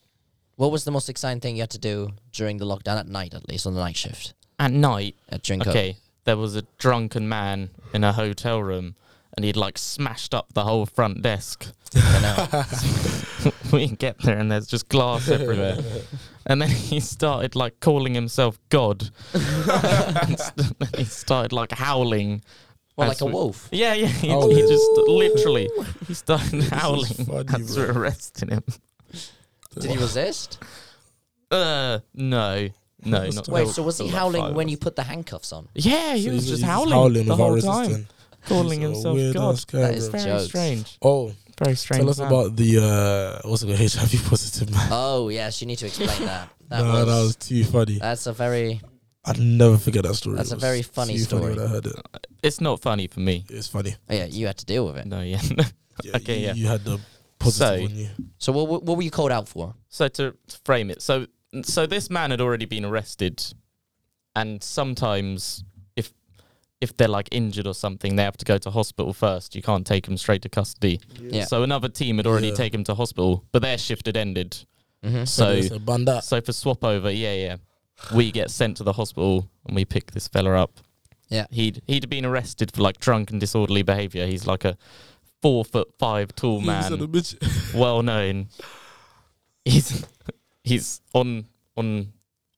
S2: What was the most exciting thing you had to do during the lockdown at night, at least on the night shift
S1: At night,
S2: at Drinko?
S1: Okay, there was a drunken man in a hotel room, and he'd like smashed up the whole front desk.
S2: I know.
S1: we get there, and there's just glass everywhere. and then he started like calling himself God. and st- he started like howling.
S2: Well,
S1: as
S2: like a
S1: we-
S2: wolf.
S1: Yeah, yeah. He,
S3: Oh.
S1: he just literally he started howling
S3: funny,
S1: as we're arresting him.
S2: Did he resist?
S1: Uh, no, no,
S3: Must
S1: not
S3: have-
S2: Wait,
S1: till-
S2: so was he
S1: till, like,
S2: howling
S1: five
S2: when
S1: hours.
S2: you put the handcuffs on?
S1: Yeah, he
S3: So
S1: was
S3: he's-
S1: just
S3: he's
S1: howling, the
S3: without
S1: whole time,
S3: resisting.
S1: calling
S3: He's a
S1: himself
S3: weird
S1: God.
S3: ass guy,
S2: That is
S3: bro.
S1: Very
S2: jokes.
S1: strange.
S3: oh
S1: Very strange.
S3: tell us
S1: man.
S3: about the uh what's it called hiv positive man
S2: Oh yes, you need to explain that. That,
S3: no,
S2: was,
S3: that was too funny.
S2: That's a very
S3: I'd never forget that story.
S2: That's
S3: It
S2: a
S3: was
S2: very funny
S3: too
S2: story.
S3: when I heard it.
S1: It's not funny for me.
S3: It's funny.
S2: oh, yeah. You had to deal with it.
S1: No, yeah.
S3: Yeah,
S1: Okay,
S3: you,
S1: yeah.
S3: You had the positive
S1: So-
S3: on you.
S2: So what what- what were you called out for?
S1: so to to frame it, so so this man had already been arrested, and sometimes if if they're like injured or something, they have to go to hospital first. You can't take them straight to custody.
S2: Yeah.
S1: So another team had already
S3: Yeah.
S1: taken him to hospital, but their shift had ended.
S2: Mm-hmm.
S1: So
S3: It's a banda.
S1: so for swap over, yeah, yeah, we get sent to the hospital and we pick this fella up.
S2: Yeah.
S1: he'd he'd been arrested for like drunk and disorderly behavior. He's like a four foot five tall
S3: Said a
S1: Oh, man,
S3: bitch.
S1: well known. He's he's on on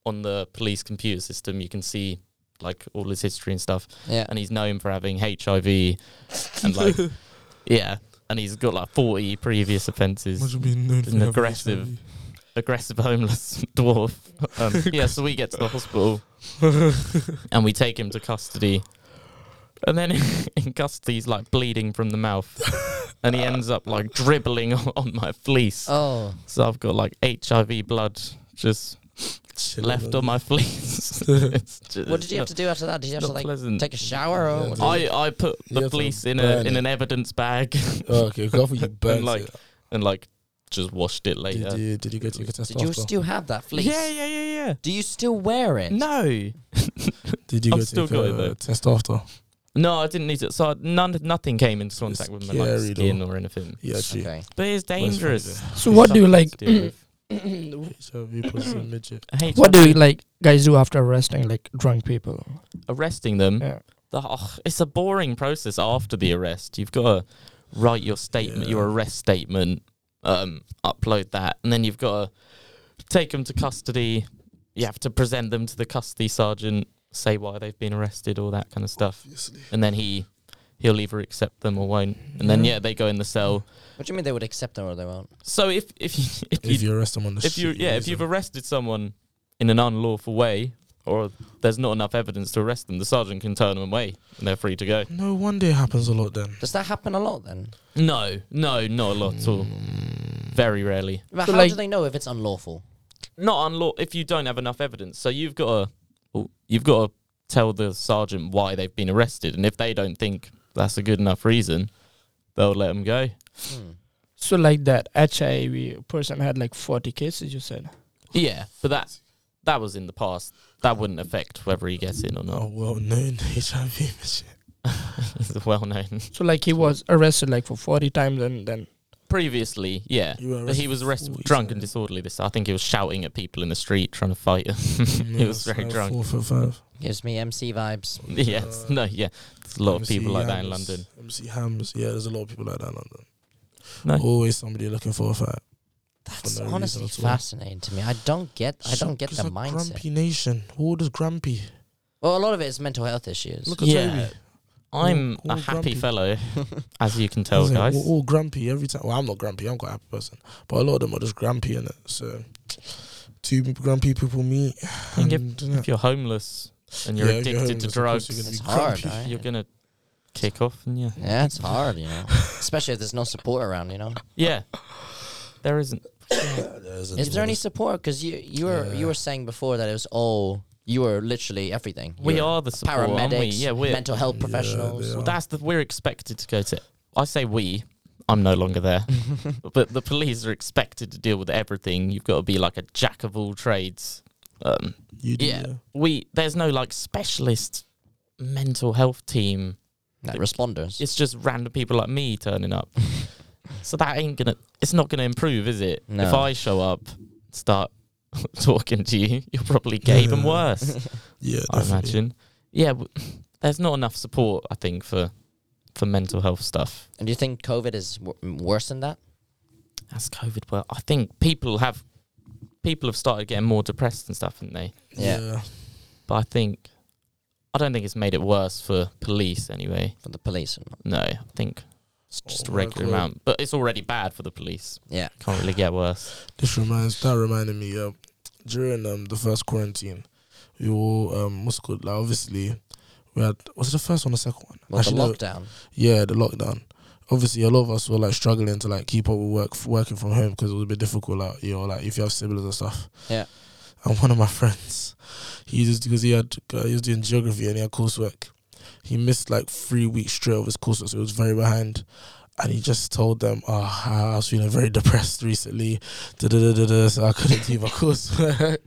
S1: on the police computer system. You can see like all his history and stuff,
S2: Yeah.
S1: and he's known for having HIV and like yeah, and he's got like forty previous offences.
S3: What you mean known
S1: An
S3: for having
S1: aggressive
S3: HIV?
S1: aggressive homeless dwarf. Um, yeah, so we get to the hospital and we take him to custody. And then in custody, he's like bleeding from the mouth and he ends up like dribbling on on my fleece.
S2: Oh.
S1: So I've got like HIV blood just
S3: Chilling
S1: left on my fleece.
S2: What did you have to do after that? Did you have to
S1: Not
S2: like
S1: pleasant.
S2: take a shower
S3: Yeah,
S2: or what? Oh,
S3: do?
S1: I, I put
S3: You
S1: the
S3: have to
S1: fleece in a
S3: burn
S1: in
S3: it.
S1: an evidence bag
S3: Oh, okay, cover you burnt
S1: like,
S3: it.
S1: and like just washed it later.
S3: Did you, did you go to your test
S2: Did you
S3: after?
S2: still have that fleece?
S1: Yeah, yeah, yeah,
S2: Do you still wear
S1: yeah.
S2: it?
S1: No.
S3: Did you
S1: I've
S3: go
S1: still
S3: take
S1: got it,
S3: a
S1: though.
S3: test after?
S1: No, I didn't need it. So I, none, nothing came into contact with my like,
S3: Scary,
S1: skin
S3: though.
S1: or anything.
S3: Yeah, true.
S2: Okay.
S1: But it's dangerous.
S4: So what do you like?
S1: Something to deal with.
S3: HIV positive midget.
S1: Hey,
S4: What do
S1: Jack,
S4: you like guys do after arresting like drunk people?
S1: arresting
S2: Hmm?
S1: them?
S4: Yeah.
S1: The- oh, it's a boring process after the arrest. You've got to write your statement,
S3: Yeah.
S1: your arrest statement, um, upload that, and then you've got to take them to custody. You have to present them to the custody sergeant, say why they've been arrested, all that kind of stuff,
S3: Obviously.
S1: and then he he'll either accept them or won't. And then yeah, they go in the cell.
S2: What do you mean they would accept them or they won't?
S1: So if if you if you
S3: If you arrest them on the
S1: if you
S3: street,
S1: yeah if
S3: use
S1: you've
S3: them.
S1: arrested someone in an unlawful way or there's not enough evidence to arrest them the sergeant can turn them away and they're free to go
S3: No wonder it happens a lot then.
S2: Does that happen a lot then?
S1: no no not a lot at all
S3: Mm.
S1: very rarely
S2: But
S4: So,
S2: how
S4: like-
S2: do they know if it's unlawful?
S1: not unlaw if you don't have enough evidence so you've got to you've got to tell the sergeant why they've been arrested and if they don't think that's a good enough reason they'll let them go
S2: Hmm.
S4: So like that HIV person had like 40 cases. You said.
S1: yeah but that that was in the past that wouldn't affect whether he gets in or
S3: Oh,
S1: not
S3: well known HIV midget.
S1: he's a well-known
S4: So like he was arrested like for 40 times and then
S1: previously yeah
S3: You were
S1: But he was arrested
S3: for
S1: for drunk and
S3: eating
S1: disorderly. This, I think, he was shouting at people in the street trying to fight him.
S3: it.
S1: he was
S3: Yeah,
S1: very
S3: so
S1: drunk.
S3: Four for five.
S2: Gives me MC vibes.
S1: yes,
S3: Uh,
S1: no, yeah. There's a lot of
S3: MC
S1: people like that in
S3: Hams.
S1: London.
S3: MC Hams. Yeah, there's a lot of people like that in London.
S1: No.
S3: Always somebody looking for a fight.
S2: That's
S3: no reason
S2: honestly
S3: at all.
S2: fascinating to me. I don't get. I
S3: So-
S2: don't get
S3: it's
S2: the
S3: a
S2: mindset.
S3: Grumpy nation. All this grumpy.
S2: Well, a lot of it is mental health issues.
S3: Look at
S1: Yeah.
S3: Toby.
S1: I'm
S3: all
S1: a happy
S3: grumpy.
S1: fellow, as you can tell,
S3: Listen,
S1: guys.
S3: We're all grumpy every time. Well, I'm not grumpy. I'm quite a happy person. But a lot of them are just grumpy in it. So two grumpy people meet.
S1: And if-
S3: and,
S1: If you're homeless and you're
S3: Yeah, if
S1: addicted
S3: you're
S1: to
S3: homeless,
S1: drugs,
S3: of course
S2: it's
S3: be
S2: hard.
S3: grumpy.
S2: right?
S1: you're gonna kick off, and yeah,
S2: yeah, it's hard. You know, especially if there's no support around. You know,
S1: yeah. There isn't.
S3: There's
S2: is there any support? Because you you were you were saying before that it was all you were literally everything. You
S1: We
S2: were
S1: are the support, aren't we?
S2: paramedics,
S1: Yeah, we're.
S2: mental health
S3: Yeah,
S2: professionals.
S3: they
S1: well,
S3: are.
S1: that's the we're expected to go to. I say we. I'm no longer there, but the police are expected to deal with everything. You've got to be like a jack of all trades. Um,
S3: You do,
S1: yeah, we there's no like specialist mental health team.
S2: Like responders.
S1: It's just random people like me turning up. so that ain't gonna. It's not gonna improve, is it?
S2: No.
S1: If I show up, start talking to you, you're probably gay even worse.
S3: Yeah,
S1: I
S3: definitely.
S1: imagine. Yeah, w- there's not enough support, I think, for for mental health stuff.
S2: And do you think COVID is w- worse than that?
S1: As COVID well, I think people have people have started getting more depressed and stuff, haven't they?
S2: Yeah.
S1: But I think I don't think it's made it worse for police anyway.
S2: For the police.
S1: No, I think it's just a
S3: Oh,
S1: regular
S3: workload.
S1: amount. But it's already bad for the police.
S2: Yeah.
S1: Can't really get worse.
S3: This reminds that reminded me of during um the first quarantine, we all um what's it called like obviously we had was it the first one or the second one?
S2: Well, the
S3: Actually, no,
S2: lockdown.
S3: yeah, the lockdown. Obviously, a lot of us were like struggling to like keep up with work working from home because it was a bit difficult out. You know, like if you have siblings and stuff.
S2: Yeah.
S3: And one of my friends, he just because he had uh, he was doing geography and he had coursework, he missed like three weeks straight of his coursework, so he was very behind. And he just told them, "Ah, I was feeling very depressed recently, da-da-da-da-da, so I couldn't do my coursework.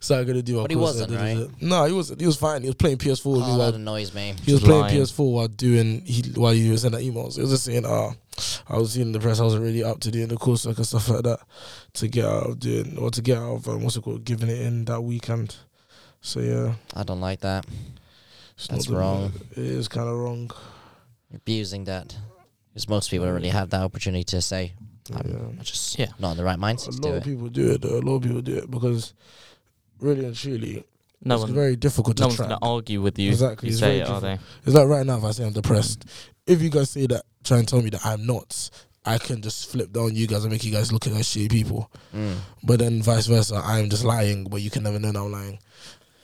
S3: so I couldn't do my
S2: But
S3: coursework."
S2: he wasn't,
S3: da-da-da-da." No, he wasn't. He was fine. He was playing PS4. with me
S2: Oh,
S3: while
S2: that annoys me.
S3: he was
S1: Just
S3: playing
S1: lying.
S3: PS4 while doing he while he was sending emails. He was just saying, "Ah, I was feeling depressed. I wasn't really up to doing the coursework and stuff like that to get out of doing or to get out of um, what's it called giving it in that weekend." So yeah,
S2: I don't like that.
S3: it's
S2: That's
S3: the-
S2: wrong.
S3: It is kind of wrong.
S2: Abusing that. because most people don't really have that opportunity to say, I'm
S3: Yeah.
S2: I'm just
S1: Yeah.
S2: not in the right
S3: A
S2: mindset to do
S3: lot of
S2: it.
S3: people do it. Though. A lot of people do it because really and truly,
S1: No
S3: it's
S1: one,
S3: very difficult to
S1: no one's
S3: track.
S1: going to argue with you.
S3: Exactly,
S1: You
S3: it's
S1: say
S3: very
S1: it, are they?
S3: It's like right now, if I say I'm depressed, if you guys say that, try and tell me that I'm not, I can just flip down you guys and make you guys look at us shitty people.
S2: Mm.
S3: But then vice versa, I'm just lying, but you can never know that I'm lying.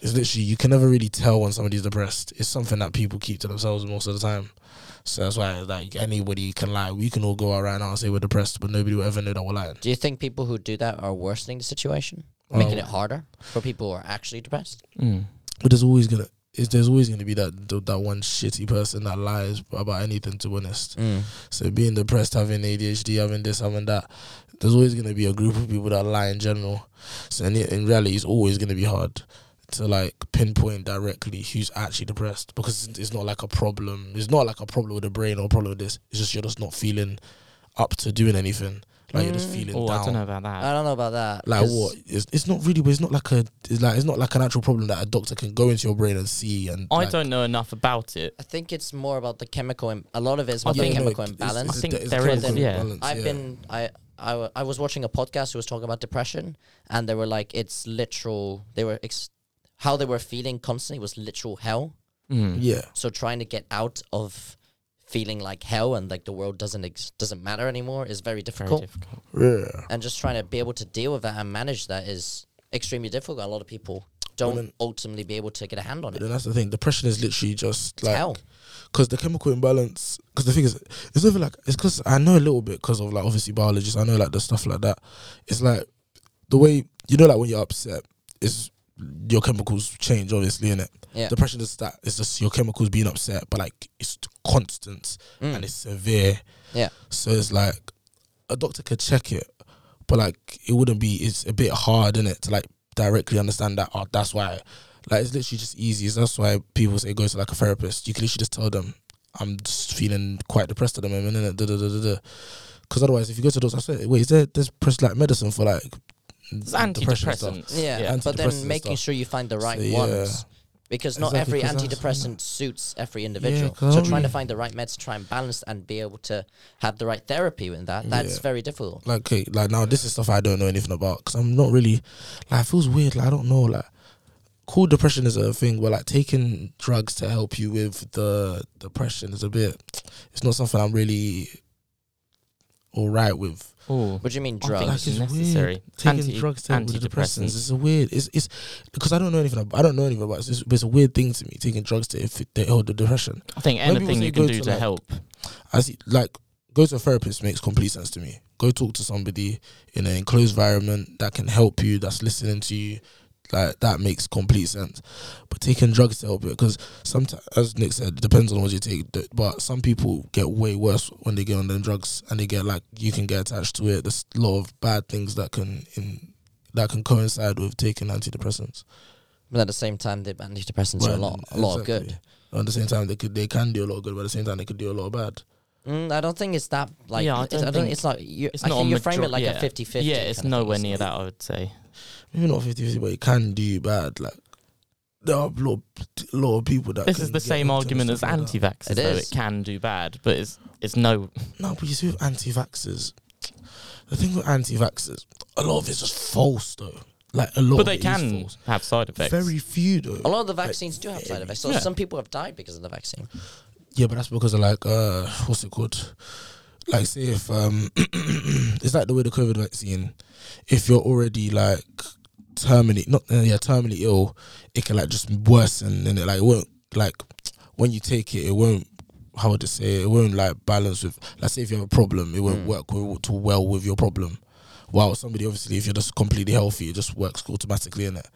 S3: It's literally you can never really tell when somebody's depressed. It's something that people keep to themselves most of the time. So that's why like anybody can lie. We can all go out right now and say we're depressed, but nobody will ever know that we're lying.
S2: Do you think people who do that are worsening the situation, making
S3: Um,
S2: it harder for people who are actually depressed?
S1: Mm.
S3: But there's always gonna is there's always gonna be that that one shitty person that lies about anything. To be honest, So being depressed, having ADHD, having this, having that, there's always going to be a group of people that lie in general. So in, in reality, it's always going to be hard to like pinpoint directly who's actually depressed because it's not like a problem. It's not like a problem with the brain or a problem with this. It's just you're just not feeling up to doing anything. Like you're just
S2: Mm.
S3: feeling
S1: Oh,
S3: down. Uh,
S1: I don't know about
S2: I
S1: that.
S2: don't know about that.
S3: Like
S2: 'cause-
S3: what? It's, it's not really, but it's not like a it's like it's not like an actual problem that a doctor can go into your brain and see. And
S1: I
S3: like,
S1: don't know enough about it.
S2: I think it's more about the chemical. Im- a lot of it is
S1: I
S2: about the
S1: think-
S2: chemical
S3: it's- it's-
S2: imbalance.
S3: it's a-
S1: I think
S3: it's a
S1: there is,
S3: chemical
S1: yeah.
S3: imbalance,
S2: I've
S3: yeah.
S2: been I, I w- I was watching a podcast who was talking about depression, and they were like, it's literal. They were ex- how they were feeling constantly was literal hell.
S1: Mm.
S3: Hmm. yeah.
S2: So trying to get out of feeling like hell and like the world doesn't ex- doesn't matter anymore is very
S1: Very
S2: difficult.
S1: difficult.
S3: Yeah.
S2: and just trying to be able to deal with that and manage that is extremely difficult. A lot of people don't
S3: then-
S2: ultimately be able to get a hand on
S3: But
S2: it.
S3: then that's the thing. Depression is literally just
S2: It's
S3: like
S2: hell.
S3: because the chemical imbalance. Because the thing is, it's not even like it's because I know a little bit because of like obviously biologists. I know like the stuff like that. It's like the way you know, like when you're upset, is your chemicals change obviously in it.
S2: Yeah.
S3: Depression is that. It's just your chemicals being upset, but like it's constant
S2: Mm.
S3: and it's severe.
S2: Yeah.
S3: So it's like a doctor could check it, but like it wouldn't be. It's a bit hard, in it, to like directly understand that. Oh, that's why. Like it's literally just easy. So that's why people say go to like a therapist. You can literally just tell them I'm just feeling quite depressed at the moment, innit? Da, da, da, da, da. Because otherwise, if you go to those, I said, wait, is there there's press like medicine for like
S1: It's
S3: depression stuff?
S1: antidepressants.
S2: Yeah,
S1: Yeah.
S2: but
S3: Antidepressants
S2: then
S3: and
S2: making
S3: stuff.
S2: sure you find the right
S3: So, yeah.
S2: ones. Because not
S3: Exactly,
S2: every
S3: 'cause that's-
S2: antidepressant suits every individual.
S3: 'cause
S2: so
S3: I
S2: trying to
S3: really-
S2: find the right meds to try and balance and be able to have the right therapy with that, that's
S3: Yeah.
S2: very difficult.
S3: Like, okay, like now, this is stuff I don't know anything about because I'm not really like. It feels weird. Like I don't know. Like, cool depression is a thing where like taking drugs to help you with the depression is a bit. It's not something I'm really all right with.
S1: Oh,
S2: What do you mean
S1: I think
S2: drugs?
S1: it's necessary.
S3: Taking
S1: Anti-
S3: drugs to help with the depressions
S1: antidepressants.
S3: is a weird. It's it's because I don't know anything. About, I don't know anything about. It. It's, just- it's a weird thing to me taking drugs to if they help the depression.
S1: I think
S3: When people
S1: anything
S3: say
S1: you can
S3: go
S1: do
S3: to,
S1: to
S3: like-
S1: help.
S3: I see, like, go to a therapist makes complete sense to me. Go talk to somebody in an enclosed environment that can help you, that's listening to you. Like, that makes complete sense. But taking drugs to help it, because sometimes, as Nick said, it depends on what you take. th- But some people get way worse when they get on them drugs and they get, like, you can get attached to it. There's a lot of bad things that can, in, that can coincide with taking antidepressants.
S2: But at the same time, the antidepressants are a
S3: Well,
S2: lot, a lot of
S3: exactly.
S2: good.
S3: At the same time, they could they can do a lot of good, but at the same time, they could do a lot of bad.
S2: Mm, I don't think it's that like.
S1: Yeah, I
S2: it's-
S1: don't think-
S2: it's like you.
S1: It's
S2: I
S1: not
S2: think
S1: a
S2: you frame
S1: major-
S2: it like
S1: yeah.
S2: a 50-50.
S1: Yeah, it's
S2: kind of
S1: nowhere
S2: thing,
S1: near
S2: isn't it?
S1: that. I would say.
S3: maybe not 50 50, but it can do you bad. Like, there are a lot, a lot of people that.
S1: This
S3: can
S1: is the
S3: get
S1: same
S3: hooked on
S1: argument as
S3: stuff like that.
S1: anti-vaxxers,
S2: It
S1: though
S2: is.
S1: it can do bad, but it's it's no.
S3: No, but you see, with anti vaxxers, the thing with anti vaxxers, a lot of it's just false, though. Like, a lot
S1: But
S3: of
S1: they
S3: it is
S1: can
S3: false.
S1: have side effects.
S3: Very few, though.
S2: A lot of the vaccines do have side effects. So
S1: Yeah.
S2: some people have died because of the vaccine.
S3: Yeah, but that's because of like uh, what's it called? Like, say if um, it's like the way the COVID vaccine. If you're already like terminally not uh, yeah terminally ill, it can like just worsen and it like won't like when you take it, it won't. How would I say? It It won't like balance with. Like, say if you have a problem, it won't
S2: Mm.
S3: work with, too well with your problem. While somebody obviously, if you're just completely healthy, it just works automatically in it.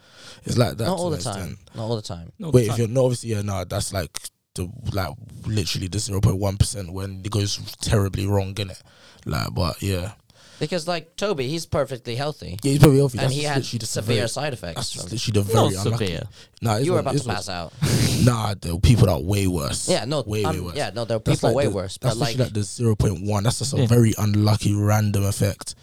S3: It's like that.
S2: Not
S3: to
S2: all the
S3: an
S2: time.
S3: extent.
S2: Not all the time.
S1: All the
S3: Wait, if
S1: time.
S3: you're no, obviously, yeah, no, that's like the like literally the zero point one percent when it goes terribly wrong, innit? Like, but yeah,
S2: Because like Toby, he's perfectly healthy,
S3: yeah, he's probably healthy.
S2: and
S3: that's
S2: he
S3: just
S2: had
S3: literally just the
S2: severe
S3: very-
S2: side effects.
S3: That's
S2: from-
S3: just literally the
S1: not
S3: very unlucky.
S1: severe.
S3: Nah, it's
S2: you were
S3: not-
S2: about to
S3: it's not-
S2: pass out.
S3: Nah, there were people that are way worse.
S2: Yeah, no,
S3: way way
S2: um,
S3: worse.
S2: yeah, no, there are
S3: That's
S2: people
S3: like
S2: way
S3: the-
S2: worse.
S3: That's
S2: But like,
S3: literally like the zero point one. That's just a
S1: Yeah.
S3: very unlucky random effect.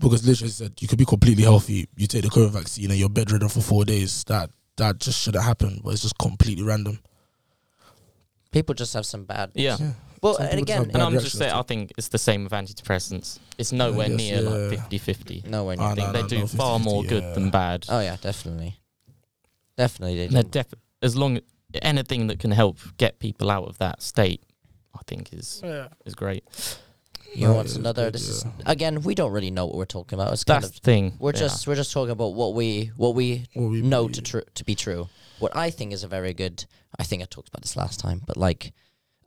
S3: Because literally said you could be completely healthy, you take the COVID vaccine and you're bedridden for four days. That that just shouldn't happen, but it's just completely random.
S2: people just have some bad.
S1: Yeah.
S3: Yeah.
S2: Well,
S3: Some
S2: and
S3: people
S2: again, um,
S3: have
S1: And
S3: bad
S2: it-
S1: I'm just
S3: reactions
S1: saying,
S3: to
S1: I
S3: it.
S1: think it's the same with antidepressants. It's nowhere
S3: guess,
S1: near
S3: yeah.
S1: like 50 50.
S2: nowhere
S3: Ah,
S2: near.
S1: I think
S3: no,
S1: they
S3: no,
S1: do
S3: no,
S1: far
S3: 50-50,
S1: more good
S3: yeah.
S1: than bad.
S2: Oh yeah, definitely, definitely they
S1: And they're
S2: do.
S1: def- as long anything that can help get people out of that state, I think is
S4: Yeah.
S1: is great.
S2: You
S3: No,
S2: want
S3: it's
S2: another?
S3: good,
S2: This is
S3: yeah.
S2: again, we don't really know what we're talking about. It's kind
S1: That's
S2: of
S1: the thing.
S2: we're
S1: yeah.
S2: just we're just talking about what we what we
S3: What we
S2: know
S3: believe.
S2: to tr- to be true. What I think is a very good. I think I talked about this last time, but like,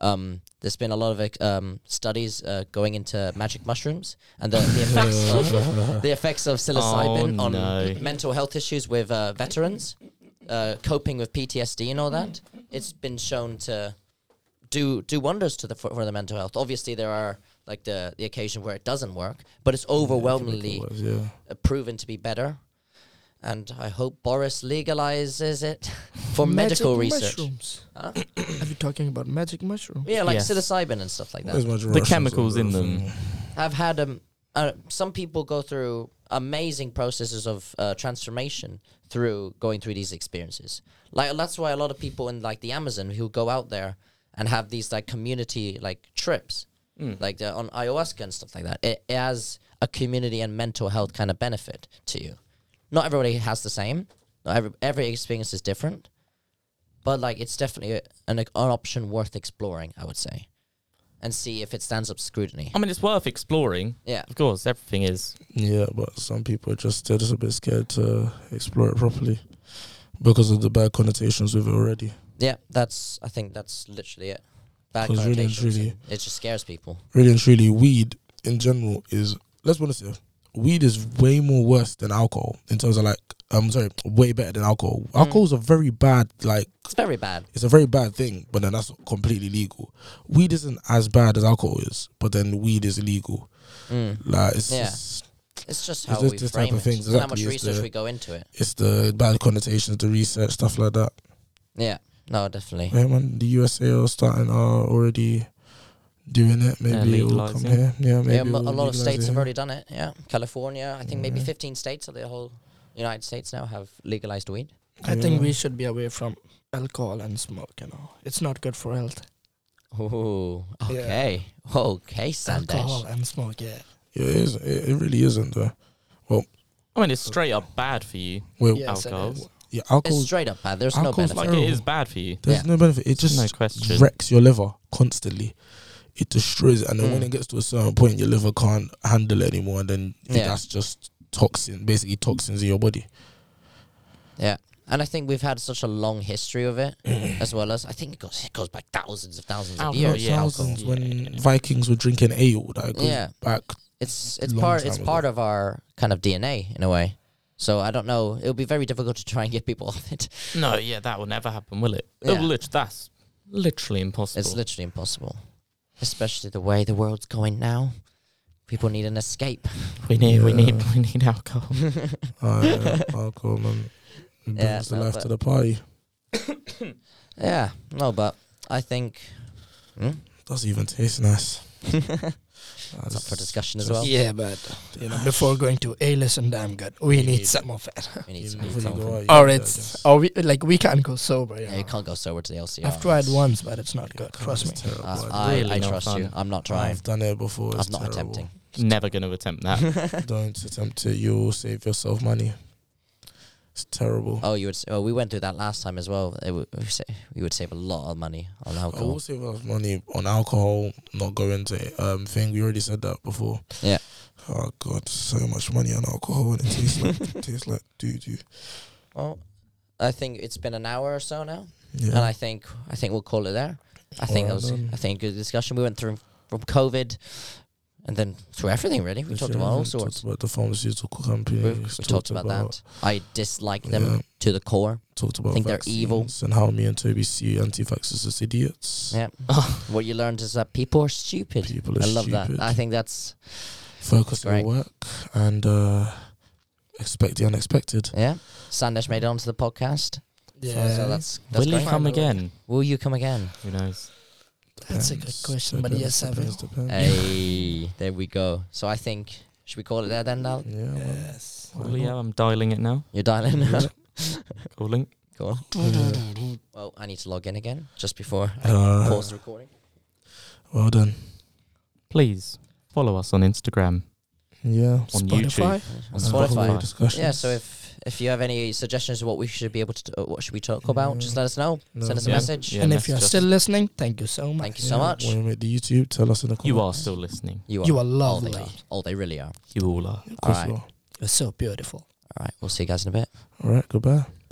S2: um, there's been a lot of like, um studies uh, going into magic mushrooms and the, the effects of the effects of psilocybin
S1: Oh,
S2: on
S1: no.
S2: mental health issues with uh, veterans, uh, coping with PTSD and all that. It's been shown to do do wonders to the for, for the mental health. Obviously, there are like the the occasion where it doesn't work, but it's overwhelmingly
S3: Chemical-wise, yeah.
S2: uh, proven to be better. And I hope Boris legalizes it for medical
S4: Magic
S2: research.
S4: Mushrooms.
S2: Huh?
S4: Are we talking about magic mushrooms?
S2: Yeah, like
S1: Yes.
S2: psilocybin and stuff like that.
S3: There's much Russians
S1: chemicals in
S3: over
S1: them.
S3: there.
S2: I've had um, uh, some people go through amazing processes of uh, transformation through going through these experiences. Like that's why a lot of people in like the Amazon who go out there and have these like community like trips, like they're on ayahuasca and stuff like that. It, it has a community and mental health kind of benefit to you. Not everybody has the same. Not every every experience is different, but like it's definitely an, an option worth exploring. I would say. And see if it stands up to scrutiny.
S1: I mean, it's worth exploring.
S2: Yeah.
S1: Of course, everything is.
S3: Yeah, but some people are just they're just a bit scared to explore it properly because of the bad connotations with it already.
S2: Yeah, that's. I think that's literally it. Bad
S3: 'Cause really and
S2: connotations.
S3: truly-
S2: and it just scares people.
S3: Really and truly, weed in general is let's be honest here. Weed is way more worse than alcohol in terms of like I'm sorry, way better than alcohol.
S1: Mm.
S3: Alcohol's a very bad like
S2: It's very bad.
S3: it's a very bad thing, but then that's completely legal. Weed isn't as bad as alcohol is, but then weed is illegal.
S2: Mm.
S3: Like it's
S2: Yeah.
S3: just-
S2: It's just how
S3: just
S2: we
S3: this type
S2: frame
S3: of
S2: it.
S3: things,
S2: and how much
S3: exactly, it's
S2: research
S3: the-
S2: we go into it.
S3: it's the bad connotations, the research stuff like that.
S2: Yeah. No, definitely.
S3: Yeah, man, the USA are starting are already doing it. Maybe it will come
S1: legalising.
S3: here. Yeah, maybe
S2: yeah, mo-
S3: we'll
S2: a lot of
S3: legalise
S2: states
S3: it
S2: have
S3: here.
S2: already done it. Yeah, California. I think maybe
S3: Mhm.
S2: 15 states of the whole United States now have legalized weed.
S4: I think
S3: Yeah.
S4: we should be away from alcohol and smoke. You know, it's not good for health.
S2: Ooh.
S4: Yeah.
S2: Okay. Okay,
S4: Alcohol
S2: Sandesh.
S4: and smoke. Yeah.
S3: Yeah, it, is, it, it really isn't though.
S1: I mean, it's straight up bad for you.
S3: Wait, yeah,
S4: Yes, it
S1: alcohol.
S4: is.
S2: It's
S3: alcohol.
S2: straight up bad. There's no
S3: alcohol's
S2: benefit.
S1: Like
S3: Terrible.
S1: it is bad for you.
S3: There's
S2: yeah.
S3: no benefit. It just
S1: no question.
S3: wrecks your liver constantly. It destroys it, and then when
S2: Mm.
S3: it gets to a certain point, your liver can't handle it anymore, and then
S2: Yeah.
S3: that's just toxin, basically toxins in your body.
S2: Yeah. And I think we've had such a long history of it, as well as I think it goes it goes back thousands of thousands of
S1: Alcohol,
S2: years.
S1: yeah, alcohol.
S3: Thousands when
S1: Yeah.
S3: Vikings were drinking ale, that goes
S2: Yeah.
S3: back.
S2: it's it's
S3: long
S2: part
S3: time
S2: it's
S3: ago.
S2: part of our kind of DNA in a way. So I don't know. It'll be very difficult to try and get people off it.
S1: No, yeah, that will never happen, will it?
S2: Yeah.
S1: Oh, lit- that's literally impossible.
S2: It's literally impossible, especially the way the world's going now. People need an escape.
S1: we need, we need,
S3: Yeah.
S1: we need alcohol.
S3: Uh, alcohol man, brings
S2: Yeah,
S3: the
S2: no,
S3: life
S2: but-
S3: to the party.
S2: Yeah, no, but I think Hmm?
S3: Doesn't even taste nice.
S2: it's up for discussion as
S3: just-
S2: well.
S4: yeah, but you know, before going to a listen, damn good. We
S3: need-
S4: need some of it.
S2: We
S3: You
S2: need some
S3: never
S2: some-
S3: go out, you
S4: or
S3: know,
S4: Oh, it's
S3: just-
S4: or we like we can't go sober. You
S2: Yeah, you
S4: know.
S2: can't go sober to the LCR.
S4: I've tried once, but it's not
S3: Yeah,
S4: good.
S3: God,
S4: Trust me.
S3: it's terrible.
S2: Uh,
S3: It's
S2: I,
S1: really
S2: I
S1: not
S2: trust you.
S1: fun.
S2: I'm not trying.
S3: I've done it before.
S2: I'm
S3: It's
S2: not
S3: terrible.
S2: attempting.
S1: never going to attempt that.
S3: Don't attempt it. You'll save yourself money. It's terrible.
S2: Oh, you would. s- Oh, we went through that last time as well. It would, we sa- we would save a lot of money on
S3: I will
S2: alcohol.
S3: save us money on alcohol. Not going to um thing. We already said that before.
S2: Yeah.
S3: Oh God, so much money on alcohol, and it tastes like it tastes like doo doo.
S2: Well, I think it's been an hour or so now. and
S3: Yeah.
S2: I think I think we'll call it there. I think that
S3: Alright
S2: was
S3: then.
S2: I think a good discussion. We went through from COVID, and then through everything really. We talked about all
S3: Talked
S2: sorts.
S3: about the pharmaceutical
S2: We,
S3: companies.
S2: we talked about, that. I dislike them
S3: Yeah.
S2: to the core.
S3: Talked about
S2: Think they're evil.
S3: vaccines and how me and Toby see anti-vaxxers as idiots.
S2: Yeah.
S1: Oh,
S2: what you learned is that people are stupid.
S3: People are
S2: I love
S3: stupid.
S2: that. I think that's
S3: Focus on
S2: Great.
S3: work and uh, expect the unexpected.
S2: yeah. Sandesh made it onto the podcast.
S4: Yeah,
S2: So
S4: that's
S2: that's, that's
S1: will
S2: great.
S1: he
S4: great.
S1: come again?
S2: Will you come again?
S1: Who knows?
S4: that's a good
S3: Depends,
S4: question. But
S3: depends,
S4: yes, I will.
S3: depends, depends.
S2: hey, there we go. So I think should we call it there then? Now
S3: Yeah, man.
S4: Yes.
S3: Why
S1: Well,
S3: not?
S1: Oh, yeah, I'm dialing it now.
S2: you're dialing.
S1: Calling.
S2: cool.
S3: Yeah.
S2: Well, I need to log in again just before I
S3: Uh,
S2: pause the recording.
S3: Well done.
S1: Please follow us on Instagram.
S3: Yeah.
S1: On
S4: Spotify.
S1: YouTube.
S2: On
S3: Another
S2: Spotify.
S3: lovely discussion.
S2: Yeah, so if if you have any suggestions of what we should be able to, do, what should we talk about, just
S3: Yeah.
S2: let us know.
S3: No.
S2: Send us a
S1: Yeah.
S2: message.
S1: Yeah.
S4: and if you're
S1: message us.
S4: still listening, thank you so much.
S2: Thank you so much.
S3: When you make the YouTube, tell us in the comments.
S1: You are still listening.
S2: You
S4: You are
S2: All they
S4: lovely.
S2: are. All they really are.
S1: You all are.
S3: Of course
S2: Alright.
S3: you are.
S4: You're so beautiful.
S2: All right, we'll see you guys in a bit.
S3: All right. Goodbye.